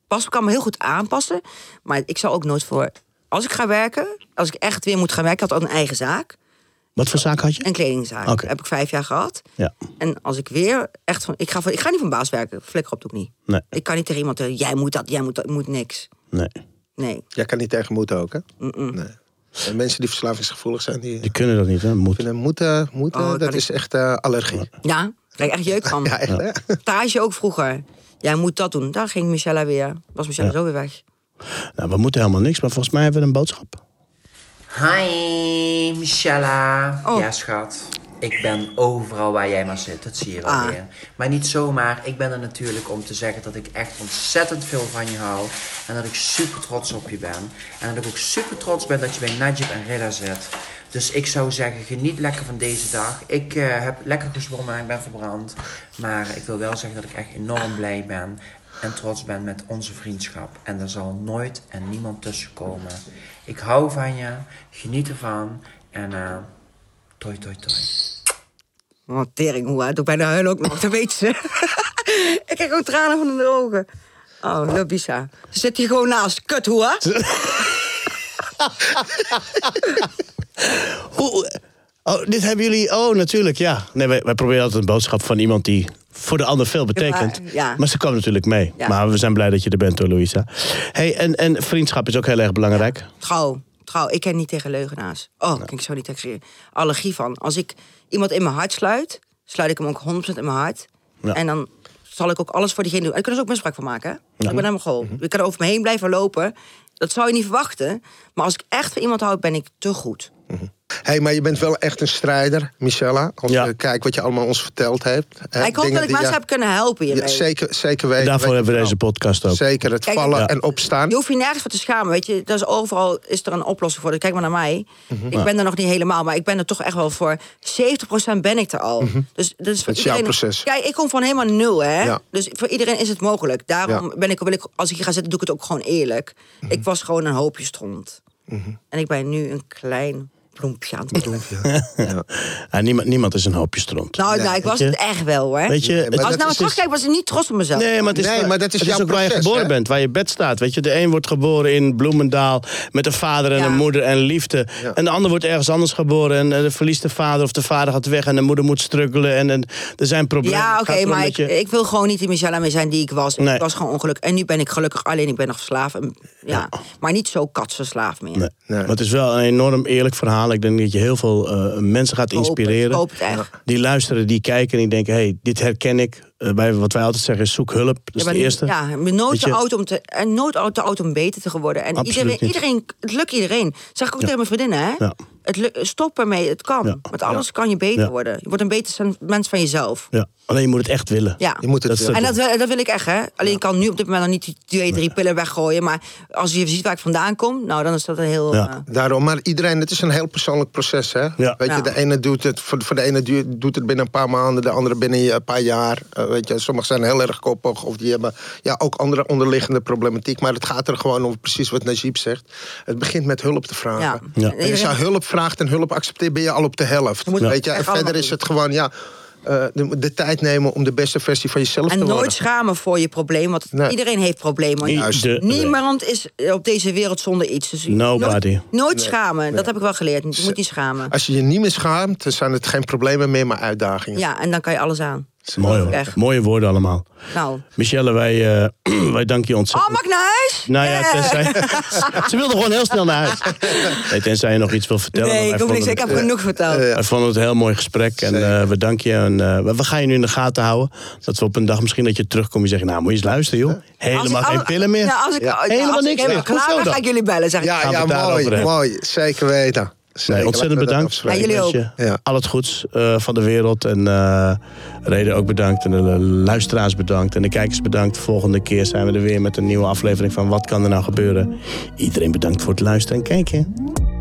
Pas, ik kan me heel goed aanpassen, maar ik zal ook nooit voor. Als ik ga werken, als ik echt weer moet gaan werken, ik had al een eigen zaak, Wat voor zaak had je? een kledingzaak. Oké. Heb ik vijf jaar gehad. Ja. En als ik weer echt van, ik ga, van, ik ga niet van baas werken, flikker op doe ik niet. Nee. Ik kan niet tegen iemand zeggen, jij moet dat, jij moet dat, ik moet niks. Nee. Nee. Jij kan niet tegen moeten ook, hè? Nee. En mensen die verslavingsgevoelig zijn, die Die kunnen dat niet, hè? Moet. vinden moeten, moeten Oh, kan dat ik- is echt eh, allergie. Ja, daar krijg ik echt jeuk van. Ja, echt, hè? Stage ook vroeger. Jij moet dat doen. Daar ging Michelle weer. Was Michelle zo weer weg. Nou, we moeten helemaal niks, maar volgens mij hebben we een boodschap. Hi, Michella. Oh. Ja, schat. Ik ben overal waar jij maar zit, dat zie je wel Ah. weer. Maar niet zomaar. Ik ben er natuurlijk om te zeggen dat ik echt ontzettend veel van je hou. En dat ik super trots op je ben. En dat ik ook super trots ben dat je bij Najib en Reda zit. Dus ik zou zeggen, geniet lekker van deze dag. Ik eh, heb lekker gezwommen en ik ben verbrand. Maar ik wil wel zeggen dat ik echt enorm blij ben. En trots ben met onze vriendschap. En er zal nooit en niemand tussen komen. Ik hou van je. Geniet ervan. En eh toi toi toi. Wat tering, hoe uit. Doe bijna huilen ook nog, dat weet ze. ik krijg ook tranen van in de ogen. Oh, Lobisa. Ze zit hier gewoon naast. Kut, hoe Hoe... Oh, dit hebben jullie... Oh, natuurlijk, ja. Nee, wij, wij proberen altijd een boodschap van iemand die voor de ander veel betekent. Ja, maar- ja. ze kwam natuurlijk mee. Ja. Maar we zijn blij dat je er bent hoor, Louisa. Hey, en, en vriendschap is ook heel erg belangrijk. Trouw, trouw. Ik ken niet tegen leugenaars. Oh, ik kan ik zo niet tegen. Allergie van. Als ik iemand in mijn hart sluit, sluit ik hem ook 100% in mijn hart. Ja. En dan zal ik ook alles voor diegene doen. En daar kunnen ze ook misbruik van maken. Hè? Ik ben helemaal goal. Mhm. Je kan er over me heen blijven lopen. Dat zou je niet verwachten. Maar als ik echt van iemand hou, ben ik te goed. hey, maar je bent wel echt een strijder, Michella. Als Ja. je kijkt wat je allemaal ons verteld hebt. hè, ik hoop dingen dat ik die mensen je- heb kunnen helpen hiermee. Ja, zeker, zeker weten. Daarvoor Weet- hebben we deze podcast ook. Zeker, het Kijk, vallen ja. en opstaan. Je hoeft je nergens voor te schamen, weet je. Dat is overal is er een oplossing voor. Dus Kijk maar naar mij. Mhm. Ik ben er nog niet helemaal, maar ik ben er toch echt wel voor. 70% ben ik er al. Mhm. Dus dat is voor Het is jouw iedereen- proces. Kijk, ik kom van helemaal nul, hè. Ja. Dus voor iedereen is het mogelijk. Daarom Ja. ben ik, wil ik, als ik hier ga zitten, doe ik het ook gewoon eerlijk. Mhm. Ik was gewoon een hoopje stront. En ik ben nu een klein bloempje aan het doen. Ja, niemand, niemand is een hoopje stront. nou, nou, ik was je? het echt wel, hoor. Weet je, het- als ik dat nou is- eens terugkijk, was ik niet trots op mezelf. Nee, maar het is, Nee, maar dat is het jouw ook waar je proces, geboren hè? bent, waar je bed staat. Weet je, de een wordt geboren in Bloemendaal met een vader en Ja. een moeder en liefde. En de ander wordt ergens anders geboren en eh, verliest de vader of de vader gaat weg en de moeder moet struggelen. En, en er zijn problemen. Ja, Het oké, gaat erom maar dat ik, je- ik wil gewoon niet die Michelle meer zijn die ik was. Nee. Ik was gewoon ongelukkig. En nu ben ik gelukkig, alleen ik ben nog verslaafd. En, ja. Maar niet zo katsverslaafd meer. Nee. Nee. Maar het is wel een enorm eerlijk verhaal. Ik denk dat je heel veel eh, mensen gaat Ik hoop het, inspireren. ik hoop het echt. Die luisteren, die kijken en die denken: hey, dit herken ik. Eh, wij, wat wij altijd zeggen is: zoek hulp. Dat is Ja, Dus de maar- eerste. Ja, ik ben nooit Weet te je- oud om te, en nooit al te oud om beter te worden. En Absoluut iedereen, niet. iedereen, het lukt iedereen. Dat zeg ik ook tegen mijn vriendinnen, hè? Ja. Het luk- stop ermee, het kan. Ja. Want anders kan je beter Ja. worden. Je wordt een beter sen- mens van jezelf. Ja. Alleen je moet het echt willen. Ja. Je moet het Dat is willen. En dat, wil- dat wil ik echt, hè? Alleen ik kan nu op dit moment nog niet die twee, drie pillen weggooien. Maar als je ziet waar ik vandaan kom, nou dan is dat een heel. Ja. eh, Daarom, maar iedereen, het is een heel persoonlijk proces, hè? Ja. Weet je, Ja. de ene doet het, voor, voor de ene du- doet het binnen een paar maanden, de andere binnen een paar jaar. Eh, weet je, sommigen zijn heel erg koppig of die hebben ja, ook andere onderliggende problematiek. Maar het gaat er gewoon om, precies wat Najib zegt. Het begint met hulp te vragen. Ja. Ja. En als je hulp vraagt en hulp accepteert, ben je al op de helft. moet het Weet je, en echt verder allemaal is het gewoon, ja, eh, de, de tijd nemen om de beste versie van jezelf te En worden. nooit schamen voor je probleem, want Nee. iedereen heeft problemen. Juist. De- Niemand is op deze wereld zonder iets. Dus Nobody. Nooit, nooit schamen, dat heb ik wel geleerd. Je moet niet schamen. Als je je niet meer schaamt, dan zijn het geen problemen meer, maar uitdagingen. Ja, en dan kan je alles aan. Mooi hoor. Echt. Mooie woorden allemaal. Nou. Michelle, wij, eh wij danken je Oh, ontzettend. mag ik naar huis? Nou ja, tenzij... ze wilde gewoon heel snel naar huis. Nee, tenzij je nog iets wil vertellen. maar Nee, wij ik hoef niks. vonden Ik heb het- genoeg verteld. Wij vonden het een heel mooi gesprek en eh, we danken je. En, eh, we we gaan je nu in de gaten houden. Dat we op een dag misschien dat je terugkomt en zeggen... nou, moet je eens luisteren, joh. Als ik Helemaal geen alle- pillen meer. Nou, als ik, als Helemaal ik niks meer. helemaal Goed klaar zo ben, dan. ga ik jullie bellen. Zeg ik. Ja, Gaan we ja het daarover mooi, hebben. mooi. Zeker weten. Zeker. Nee, Laten ontzettend we dat bedankt. afspreken. Ja, jullie Ik wens ook. je Ja. Al het goeds eh, van de wereld. En eh Reden ook bedankt. En de luisteraars bedankt. En de kijkers bedankt. Volgende keer zijn we er weer met een nieuwe aflevering van Wat kan er nou gebeuren? Iedereen bedankt voor het luisteren en kijken. nou